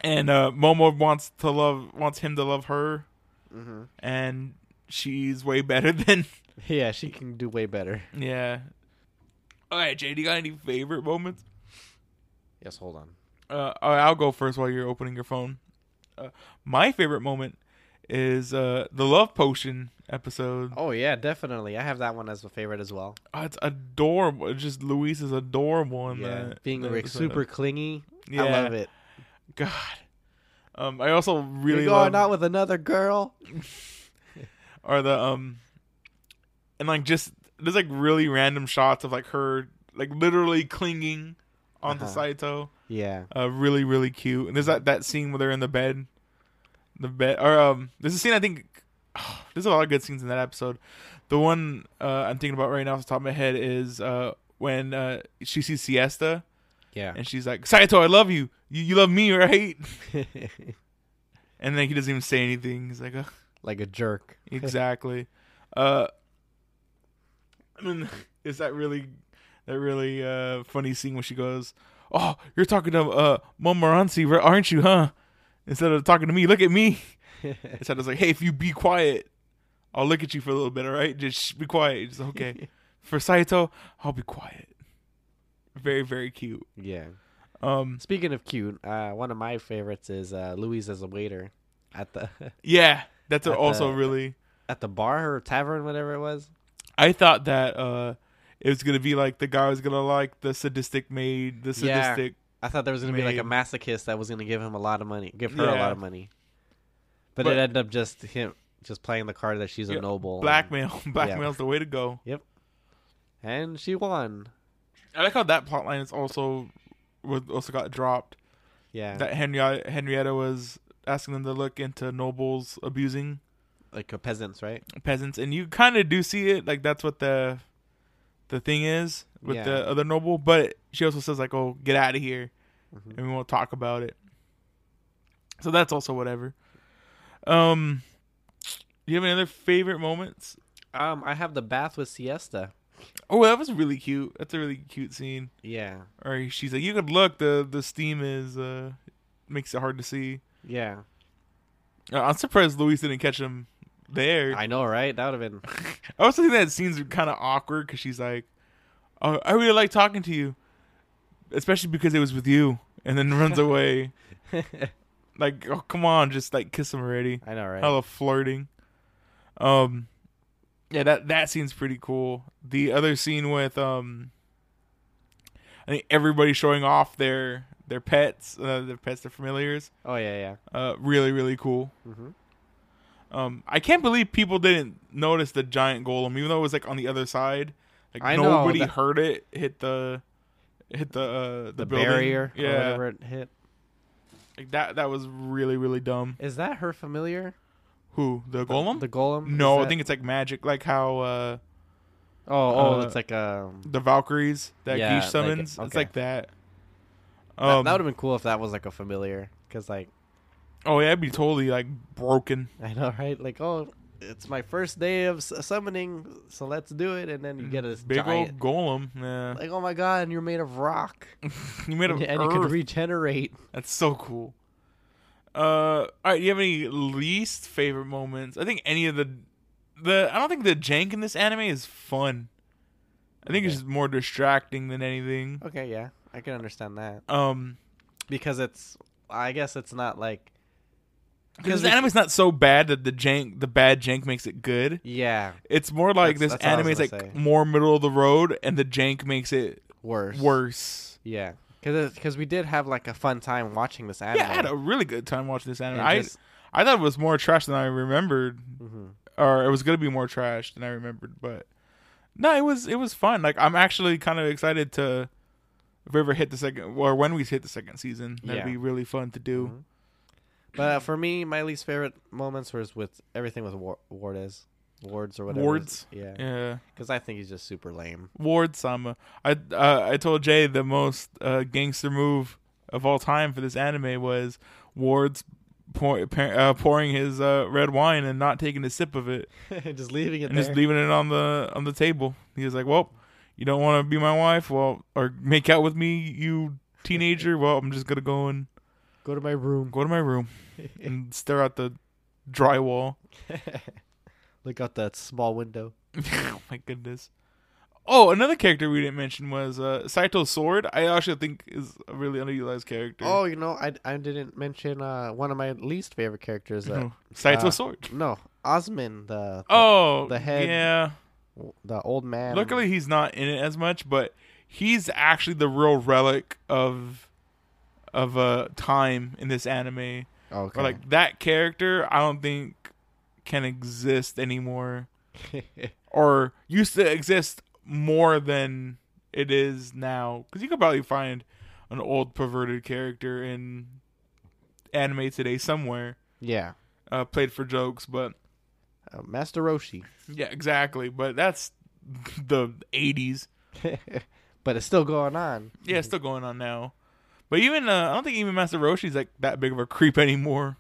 S2: and uh, Momo wants to love wants him to love her,
S3: hmm
S2: and she's way better than
S3: Yeah, she can do way better.
S2: yeah. All right, Jay, do you got any favorite moments?
S3: Yes, hold on.
S2: Uh, all right, I'll go first while you're opening your phone. Uh, my favorite moment is uh, the love potion episode.
S3: Oh yeah, definitely. I have that one as a favorite as well.
S2: Oh, it's adorable. It's just Luis is adorable in
S3: yeah,
S2: that.
S3: being
S2: that
S3: re-
S2: episode.
S3: super clingy.
S2: Yeah.
S3: I love it.
S2: God. Um, I also really
S3: You're going
S2: love
S3: out with another girl.
S2: or the um, and like just there's like really random shots of like her like literally clinging onto
S3: Uh-huh.
S2: Saito.
S3: Yeah.
S2: Uh, really really cute. And there's that that scene where they're in the bed. The bed or um there's a scene I think there's a lot of good scenes in that episode. The one uh, I'm thinking about right now off the top of my head is uh when uh she sees Siesta
S3: Yeah.
S2: and she's like, Saito, I love you. You you love me, right? And then he doesn't even say anything. He's like, "Ugh."
S3: like a jerk.
S2: exactly. uh, I mean, is that really that really uh, funny scene when she goes, "Oh, you're talking to uh, Momoransi, ri- aren't you, huh?" Instead of talking to me, look at me. Instead of like, "Hey, if you be quiet, I'll look at you for a little bit, all right? Just shh, be quiet." Just okay. for Saito, I'll be quiet. Very very cute.
S3: yeah.
S2: Um,
S3: Speaking of cute, uh, one of my favorites is uh, Louise as a waiter at the
S2: yeah, that's
S3: At
S2: also
S3: the-
S2: really.
S3: at the bar or tavern, whatever it was.
S2: I thought that uh it was gonna be like the guy was gonna like the sadistic maid, the
S3: Yeah.
S2: sadistic.
S3: I thought there was gonna be like a
S2: Maybe.
S3: masochist that was gonna give him a lot of money, give her a
S2: Yeah.
S3: lot of money, but,
S2: But-
S3: it ended up just him just playing the card that she's a
S2: Yeah,
S3: noble. and-
S2: Blackmail, blackmail's the way to go.
S3: and she won.
S2: I like how that plot line is also was also got dropped.
S3: Yeah,
S2: That Henrietta Henrietta was asking them to look into nobles abusing
S3: like a peasants, right?
S2: peasants, and you kind of do see it. Like that's what the the thing is with
S3: Yeah.
S2: the other noble. But she also says like, "Oh, get out of here,"
S3: Mhm.
S2: and we won't talk about it. So that's also whatever. Um, do you have any other favorite moments?
S3: Um, I have the bath with siesta.
S2: Oh, that was really cute. That's a really cute scene.
S3: Yeah,
S2: Or she's like, "You could look. the The steam is uh makes it hard to see."
S3: yeah,
S2: Uh, I'm surprised Luis didn't catch him there.
S3: I know, right? That would have been
S2: I also think that scene's kind of awkward because she's like, oh, I really like talking to you, especially because it was with you, and then runs away. Like, oh, come on, just like kiss him already.
S3: I know, right?
S2: Hella flirting. Um, yeah, that that scene's pretty cool. The other scene with um, I think everybody showing off their their pets, uh, their pets, their familiars.
S3: Oh yeah,
S2: Uh, really, really cool.
S3: yeah. hmm
S2: Um, I can't believe people didn't notice the giant golem, even though it was like on the other side. Like
S3: I know,
S2: nobody
S3: that-
S2: heard it hit the hit the uh, the,
S3: The
S2: building.
S3: barrier, or
S2: Yeah,
S3: whatever it hit.
S2: like that that was really really dumb.
S3: Is that her familiar?
S2: Who the golem?
S3: The golem? Is
S2: no, I
S3: that-
S2: think it's like magic, like how uh,
S3: Oh, oh,
S2: uh,
S3: it's like um.
S2: the Valkyries that
S3: Yeah,
S2: Geesh
S3: like-
S2: summons. It's
S3: okay.
S2: like that.
S3: that-
S2: Um,
S3: that would have been cool if that was like a familiar, because like
S2: oh yeah, it'd be totally like broken.
S3: I know, right? Like oh, it's my first day of s- summoning, so let's do it, and then you get a
S2: Mm-hmm. Big
S3: giant.
S2: old golem. Yeah,
S3: Like oh my god, and you're made of rock,
S2: you made
S3: and,
S2: of
S3: you- and you
S2: earth.
S3: can regenerate.
S2: That's so cool. Uh, all right. Do you have any least favorite moments? I think any of the the I don't think the jank in this anime is fun. I think it's
S3: Okay.
S2: just more distracting than anything.
S3: Okay, yeah, I can understand that
S2: Um,
S3: because it's. I guess it's not like.
S2: because
S3: we-
S2: the anime's not so bad that the jank the bad jank makes it good.
S3: yeah,
S2: It's more like this
S3: That's- that's what I
S2: anime is
S3: was
S2: like
S3: gonna say.
S2: more middle of the road, and the jank makes it
S3: worse,
S2: worse.
S3: yeah, because because we did have like a fun time watching this anime.
S2: Yeah, I had a really good time watching this anime.
S3: and
S2: I
S3: just-
S2: I thought it was more trash than I remembered.
S3: Mhm.
S2: or it was gonna be more trash than I remembered, but no, it was it was fun. Like I'm actually kind of excited to if we ever hit the second or when we hit the second season, that'd
S3: Yeah.
S2: be really fun to do.
S3: Mhm. But uh, for me, my least favorite moments was with everything with War- Ward is wards or whatever.
S2: Wards?
S3: Yeah.
S2: Yeah,
S3: Because I think he's just super lame.
S2: Ward Sama. I uh, I told Jay the most uh, gangster move of all time for this anime was Ward's pour, pa- uh, pouring his uh, red wine and not taking a sip of it
S3: just leaving it
S2: and
S3: there.
S2: just leaving it on the on the table. He was like, "Well, you don't want to be my wife, well, or make out with me, you teenager. Well, I'm just gonna go and
S3: Go to my room.
S2: go to my room and stare at the drywall."
S3: Look out that small window.
S2: oh my goodness. Oh, another character we didn't mention was uh, Saito's sword. I actually think is a really underutilized character.
S3: Oh, you know, I, I didn't mention uh, one of my least favorite characters. Uh,
S2: No, Saito's
S3: uh,
S2: sword.
S3: no, Osman, the, the,
S2: Oh,
S3: the head-
S2: Yeah.
S3: the old man.
S2: Luckily, he's not in it as much, but he's actually the real relic of of uh, time in this anime.
S3: Oh, Okay.
S2: Or like that character, I don't think can exist anymore, or used to exist more than it is now. Because you could probably find an old perverted character in anime today somewhere.
S3: yeah.
S2: uh, played for jokes, but
S3: Uh, Master Roshi.
S2: yeah, exactly. But that's the '80s.
S3: but it's still going on.
S2: Yeah, it's still going on now. But even uh, I don't think even Master Roshi's like that big of a creep anymore.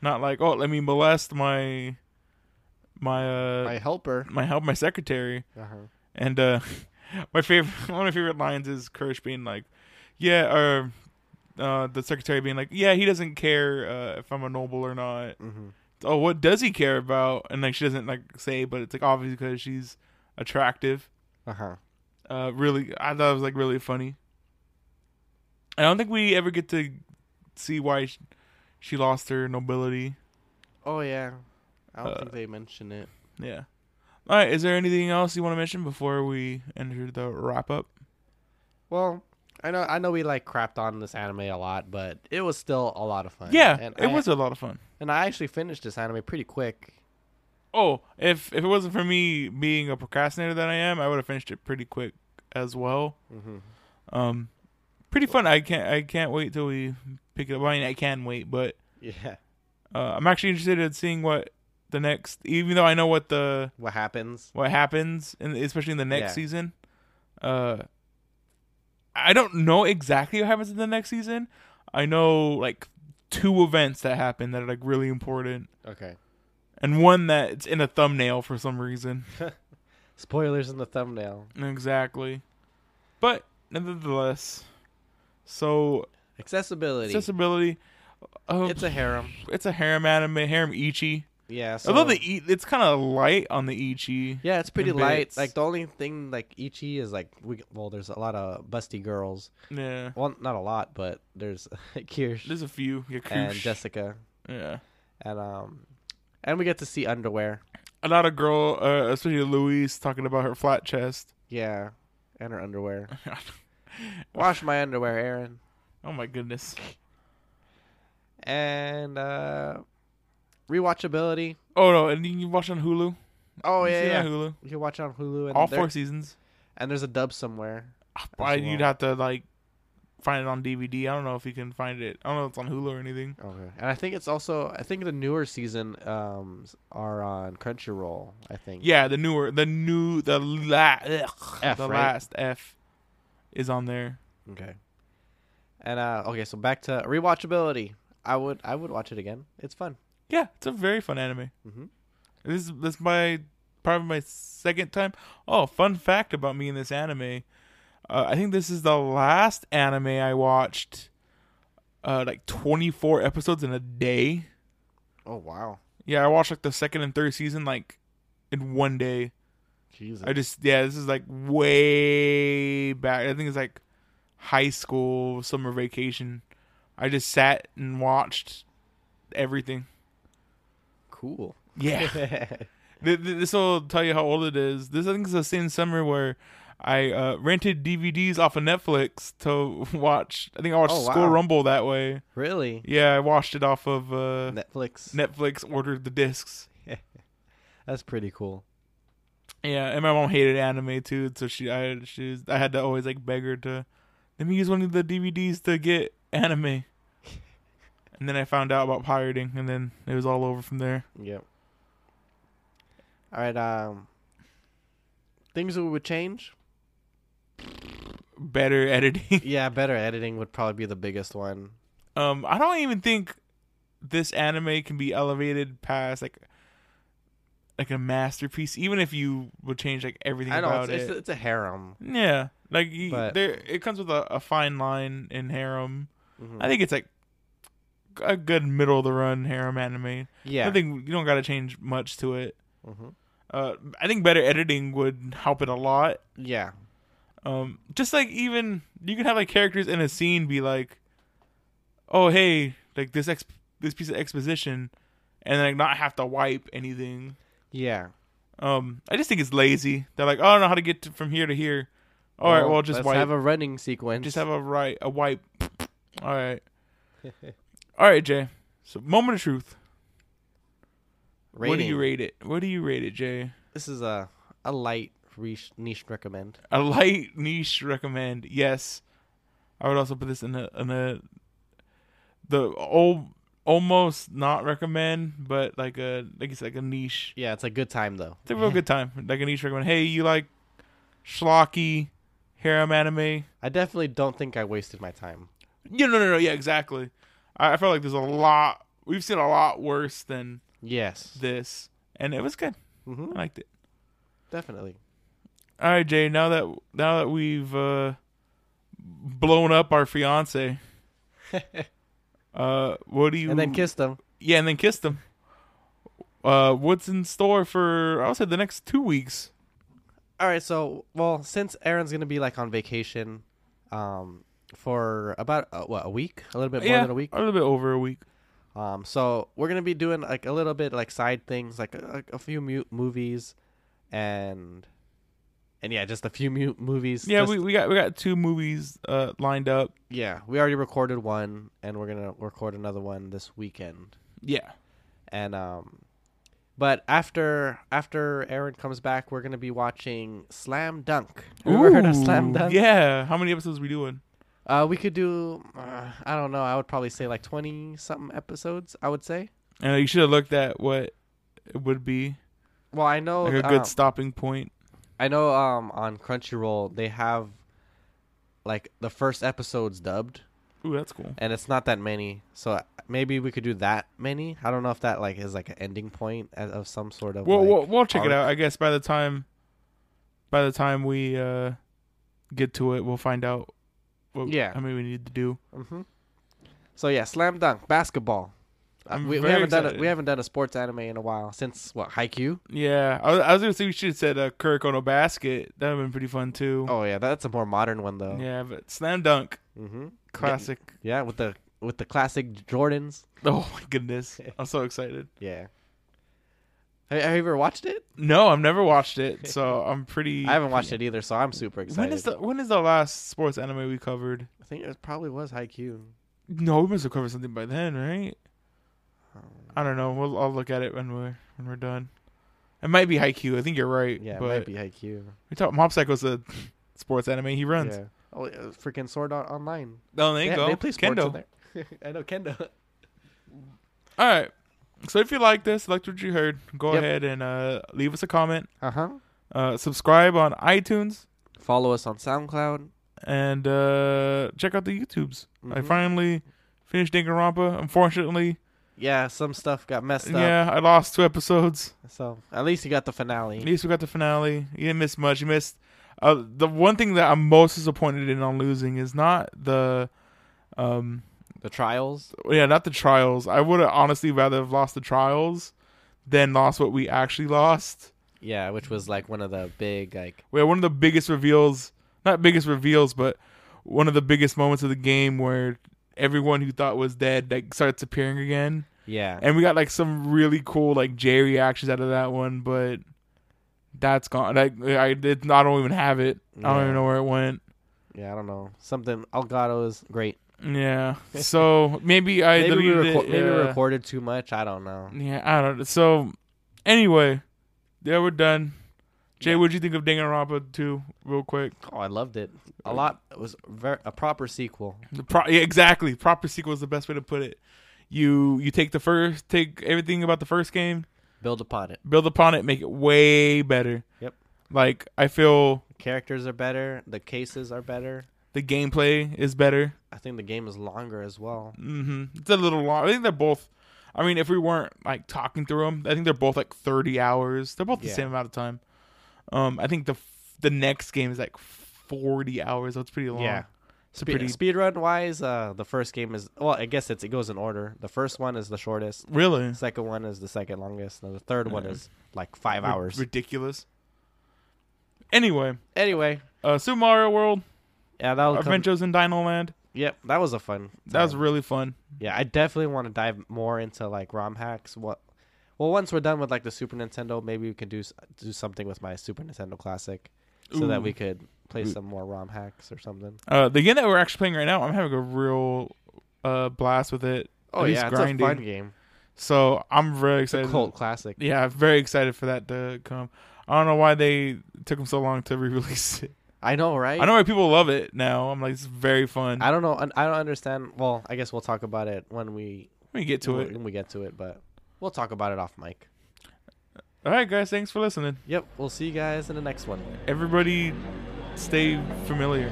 S2: Not like oh, let me molest my my uh
S3: My helper.
S2: my help my secretary.
S3: Uh-huh.
S2: And uh my favorite one of my favorite lines is Kirsch being like, Yeah, or uh the secretary being like, Yeah, he doesn't care uh if I'm a noble or not.
S3: Mm-hmm.
S2: Oh, what does he care about? And like she doesn't like say, but it's like obviously because she's attractive.
S3: Uh huh.
S2: Uh really I thought it was like really funny. I don't think we ever get to see why sh- she lost her nobility.
S3: Oh yeah. I don't
S2: Uh,
S3: think they mention it.
S2: Yeah. All right, is there anything else you want to mention before we enter the wrap up?
S3: Well, I know I know we like crapped on this anime a lot, but it was still a lot of fun.
S2: Yeah,
S3: and
S2: it
S3: I,
S2: was a lot of fun.
S3: And I actually finished this anime pretty quick.
S2: Oh, if if it wasn't for me being a procrastinator that I am, I would have finished it pretty quick as well.
S3: Mm-hmm.
S2: Um, pretty fun. I can't I can't wait till we pick it up. I mean, I can wait, but
S3: Yeah.
S2: uh, I'm actually interested in seeing what the next. Even though I know what the
S3: What happens?
S2: what happens, and especially in the next
S3: Yeah.
S2: season, uh, I don't know exactly what happens in the next season. I know like two events that happen that are like really important,
S3: Okay.
S2: and one that's in a thumbnail for some reason.
S3: Spoilers in the thumbnail.
S2: Exactly. But nevertheless, so
S3: Accessibility.
S2: accessibility. Um,
S3: it's a harem.
S2: it's a harem anime, harem ichi.
S3: Yeah. So,
S2: Although the e- it's kind of light on the ichi.
S3: yeah, it's pretty
S2: and
S3: light.
S2: bits.
S3: Like the only thing like Ichi is like we well, there's a lot of busty girls.
S2: Yeah,
S3: Well, not a lot, but there's Kirsch
S2: there's a few. Yeah,
S3: and
S2: koosh.
S3: Jessica,
S2: yeah,
S3: and um, and we get to see underwear.
S2: a lot of girl, uh, especially Louise, talking about her flat chest.
S3: Yeah, and her underwear. Wash my underwear, Aaron.
S2: oh my goodness.
S3: And uh rewatchability.
S2: Oh no, and you can watch on Hulu.
S3: Oh
S2: You
S3: yeah,
S2: see it
S3: yeah.
S2: on Hulu.
S3: You can watch it on Hulu and
S2: All
S3: there-
S2: four seasons.
S3: and there's a dub somewhere.
S2: Why
S3: well.
S2: you'd have to like find it on DVD. I don't know if you can find it. I don't know if it's on Hulu or anything.
S3: Okay. And I think it's also I think the newer season um s- are on Crunchyroll, I think.
S2: Yeah, the newer, the new, the la- ugh,
S3: F,
S2: the
S3: right?
S2: last F is on there.
S3: Okay. And uh okay, so back to rewatchability. I would I would watch it again. It's fun.
S2: Yeah, it's a very fun anime.
S3: Mhm.
S2: This is this is my probably my second time. Oh, fun fact about me in this anime. Uh, I think this is the last anime I watched. Uh, like 24 episodes in a day.
S3: Oh wow.
S2: Yeah, I watched like the second and third season like in one day.
S3: Jesus.
S2: I just yeah, this is like way back. I think it's like high school summer vacation. I just sat and watched everything.
S3: cool.
S2: Yeah, this will tell you how old it is. This I think is the same summer where I uh, rented DVDs off of Netflix to watch. I think I watched
S3: Oh,
S2: School
S3: wow.
S2: Rumble that way.
S3: really?
S2: Yeah, I watched it off of uh,
S3: Netflix.
S2: Netflix. Ordered the discs.
S3: That's pretty cool.
S2: Yeah, and my mom hated anime too, so she I she was, I had to always like beg her to let me use one of the DVDs to get anime. and then I found out about pirating, and then it was all over from there.
S3: Yep. All right. Um, things that we would change.
S2: Better editing.
S3: yeah, better editing would probably be the biggest one.
S2: um, I don't even think this anime can be elevated past like like a masterpiece, even if you would change like everything
S3: I know
S2: about
S3: it's, it's,
S2: it.
S3: it's a harem.
S2: yeah, like you,
S3: But-
S2: there, it comes with a, a fine line in harem.
S3: Mhm.
S2: I think it's like a good middle of the run harem anime.
S3: yeah.
S2: I think you don't got to change much to it.
S3: hmm
S2: Uh, I think better editing would help it a lot.
S3: Yeah.
S2: Um, just like even you can have like characters in a scene be like, "Oh hey, like this ex this piece of exposition," and like not have to wipe anything.
S3: Yeah.
S2: Um, I just think it's lazy. They're like, "Oh, I don't know how to get to, from here to here." All right, well, just
S3: let's
S2: wipe.
S3: have a running sequence.
S2: Just have a right a wipe. All right. All right, Jay. So moment of truth.
S3: rating.
S2: What do you rate it? What do you rate it, Jay?
S3: This is a a light reach niche recommend.
S2: A light niche recommend. Yes. I would also put this in a in a the old almost not recommend, but like a like it's like a niche.
S3: Yeah, it's a good time though.
S2: It's a real good time. Like a niche recommend. Hey, you like schlocky harem anime?
S3: I definitely don't think I wasted my time.
S2: Yeah, no, no, no. Yeah, exactly. I, I felt like there's a lot. We've seen a lot worse than
S3: Yes,
S2: this, and it was good.
S3: hmm
S2: I liked it.
S3: definitely.
S2: All right, Jay. Now that now that we've uh, blown up our fiance, uh, what do you?
S3: And then kissed him.
S2: yeah, and then kissed him. Uh, what's in store for? I would say the next two weeks.
S3: All right, so well, since Aaron's gonna be like on vacation, um, for about uh, what a week, a little bit more
S2: yeah,
S3: than a week.
S2: a little bit over a week.
S3: Um, so we're gonna be doing like a little bit like side things, like a, like a few mu- movies, and and yeah, just a few mu- movies.
S2: Yeah,
S3: just-
S2: we, we got we got two movies uh, lined up.
S3: yeah, we already recorded one, and we're gonna record another one this weekend.
S2: Yeah,
S3: And um, but after after Aaron comes back, we're gonna be watching Slam Dunk. Have you ever heard of Slam Dunk?
S2: Yeah, how many episodes we doing?
S3: Uh, we could do, uh, I don't know. I would probably say like twenty something episodes. I would say.
S2: And you should have looked at what it would be
S3: Well, I know.
S2: like a
S3: um,
S2: good stopping point.
S3: I know. Um, on Crunchyroll they have like the first episodes dubbed,
S2: Ooh, that's cool.
S3: and it's not that many. So uh, maybe we could do that many. I don't know if that like is like an ending point as, of some sort of.
S2: We'll
S3: like,
S2: we'll, we'll check it
S3: arc.
S2: out. I guess by the time by the time we uh, get to it, we'll find out. What,
S3: Yeah.
S2: how many we need to do.
S3: Mhm. So yeah, slam dunk basketball. Uh,
S2: I'm
S3: we, we
S2: very
S3: haven't done a,
S2: excited.
S3: we haven't done a sports anime in a while since what Haikyuu?
S2: Yeah, I was, I was gonna say we should have said uh, Kurikono Basket. That would have been pretty fun too.
S3: Oh yeah, that's a more modern one though.
S2: Yeah, but Slam Dunk,
S3: hmm
S2: classic.
S3: Yeah, with the with the classic Jordans.
S2: Oh my goodness, I'm so excited.
S3: Yeah. Have, have you ever watched it?
S2: No, I've never watched it, so I'm pretty.
S3: I haven't watched it either, so I'm super excited.
S2: When is the when is the last sports anime we covered?
S3: I think it probably was Haikyuu.
S2: No, we must have covered something by then, right?
S3: Um,
S2: I don't know. We'll I'll look at it when we're when we're done. It might be Haikyuu. I think you're right.
S3: yeah,
S2: but
S3: it might be Haikyuu.
S2: We talk Mob Psycho's a sports anime. He runs.
S3: Yeah. Oh, yeah, freaking Sword Art Online.
S2: Oh, there you
S3: yeah,
S2: go.
S3: They play sports
S2: Kendo.
S3: in there. I know Kendo.
S2: All right. So if you like this, liked what you heard, go
S3: Yep.
S2: ahead and uh, leave us a comment.
S3: Uh huh.
S2: Uh, subscribe on iTunes
S3: Follow us on SoundCloud.
S2: and uh, check out the YouTubes. I
S3: Mhm.
S2: finally finished Danganronpa. Unfortunately,
S3: Yeah, some stuff got messed up.
S2: yeah, I lost two episodes.
S3: So at least you got the
S2: At
S3: finale.
S2: least we got the finale. You didn't miss much. You missed uh, the one thing that I'm most disappointed in on losing is not the, um,
S3: The trials.
S2: yeah, not the trials. I would have honestly rather have lost the trials than lost what we actually lost.
S3: Yeah, which was like one of the big like
S2: We had one of the biggest reveals, not biggest reveals, but one of the biggest moments of the game where everyone who thought was dead like starts appearing again,
S3: yeah.
S2: and we got like some really cool like J reactions out of that one, but. That's gone. Like I did. I don't even have it. I don't
S3: Yeah.
S2: even know where it went.
S3: Yeah, I don't know. Something Elgato is great.
S2: Yeah. So maybe I
S3: maybe we,
S2: deleted
S3: reco-
S2: it.
S3: maybe we
S2: yeah.
S3: recorded too much. I don't know.
S2: Yeah, I don't. know. So anyway, yeah, we're done. Jay,
S3: Yeah.
S2: what'd you think of Danganronpa 2, real quick?
S3: Oh, I loved it. A lot. It was ver- a proper sequel.
S2: The pro- yeah, exactly. Proper sequel is the best way to put it. You you take the first, take everything about the first game,
S3: Build upon it.
S2: build upon it, make it way better.
S3: Yep.
S2: Like I feel
S3: Characters are better. The cases are better.
S2: the gameplay is better.
S3: I think the game is longer as well.
S2: hmm It's a little long. I think they're both. I mean, if we weren't like talking through them, I think they're both like thirty hours. They're both the
S3: Yeah.
S2: same amount of time. Um, I think the f- the next game is like forty hours. That's pretty long.
S3: Yeah.
S2: it's a
S3: Speed,
S2: pretty
S3: speedrun wise, uh, the first game is well. I guess it's it goes in order. The first one is the shortest.
S2: really
S3: The second one is the second longest. And the third one
S2: Yeah.
S3: is like five
S2: ri-
S3: hours.
S2: ridiculous. Anyway,
S3: anyway,
S2: uh, Super Mario World,
S3: yeah, that'll come-
S2: Adventures in Dino Land.
S3: Yep, that was a fun.
S2: That was
S3: time.
S2: really fun.
S3: yeah. I definitely want to dive more into like ROM hacks. What? Well, once we're done with like the Super Nintendo, maybe we can do s- do something with my Super Nintendo Classic, so
S2: Ooh.
S3: that we could play
S2: Ooh.
S3: some more ROM hacks or something.
S2: Uh, the game that we're actually playing right now, I'm having a real uh blast with it.
S3: Oh
S2: At least
S3: yeah,
S2: grinding.
S3: it's a fun game.
S2: So I'm really
S3: It's a
S2: excited.
S3: cult classic.
S2: Yeah, very excited for that to come. I don't know why they took them so long to re-release it.
S3: I know, right?
S2: I know why people love it now. I'm like, it's very fun.
S3: I don't know. un- I don't understand. Well, I guess we'll talk about it when we
S2: We get to
S3: when
S2: it.
S3: when we get to it, but we'll talk about it off mic.
S2: All right, guys. Thanks for listening.
S3: Yep, we'll see you guys in the next one.
S2: Everybody, stay familiar.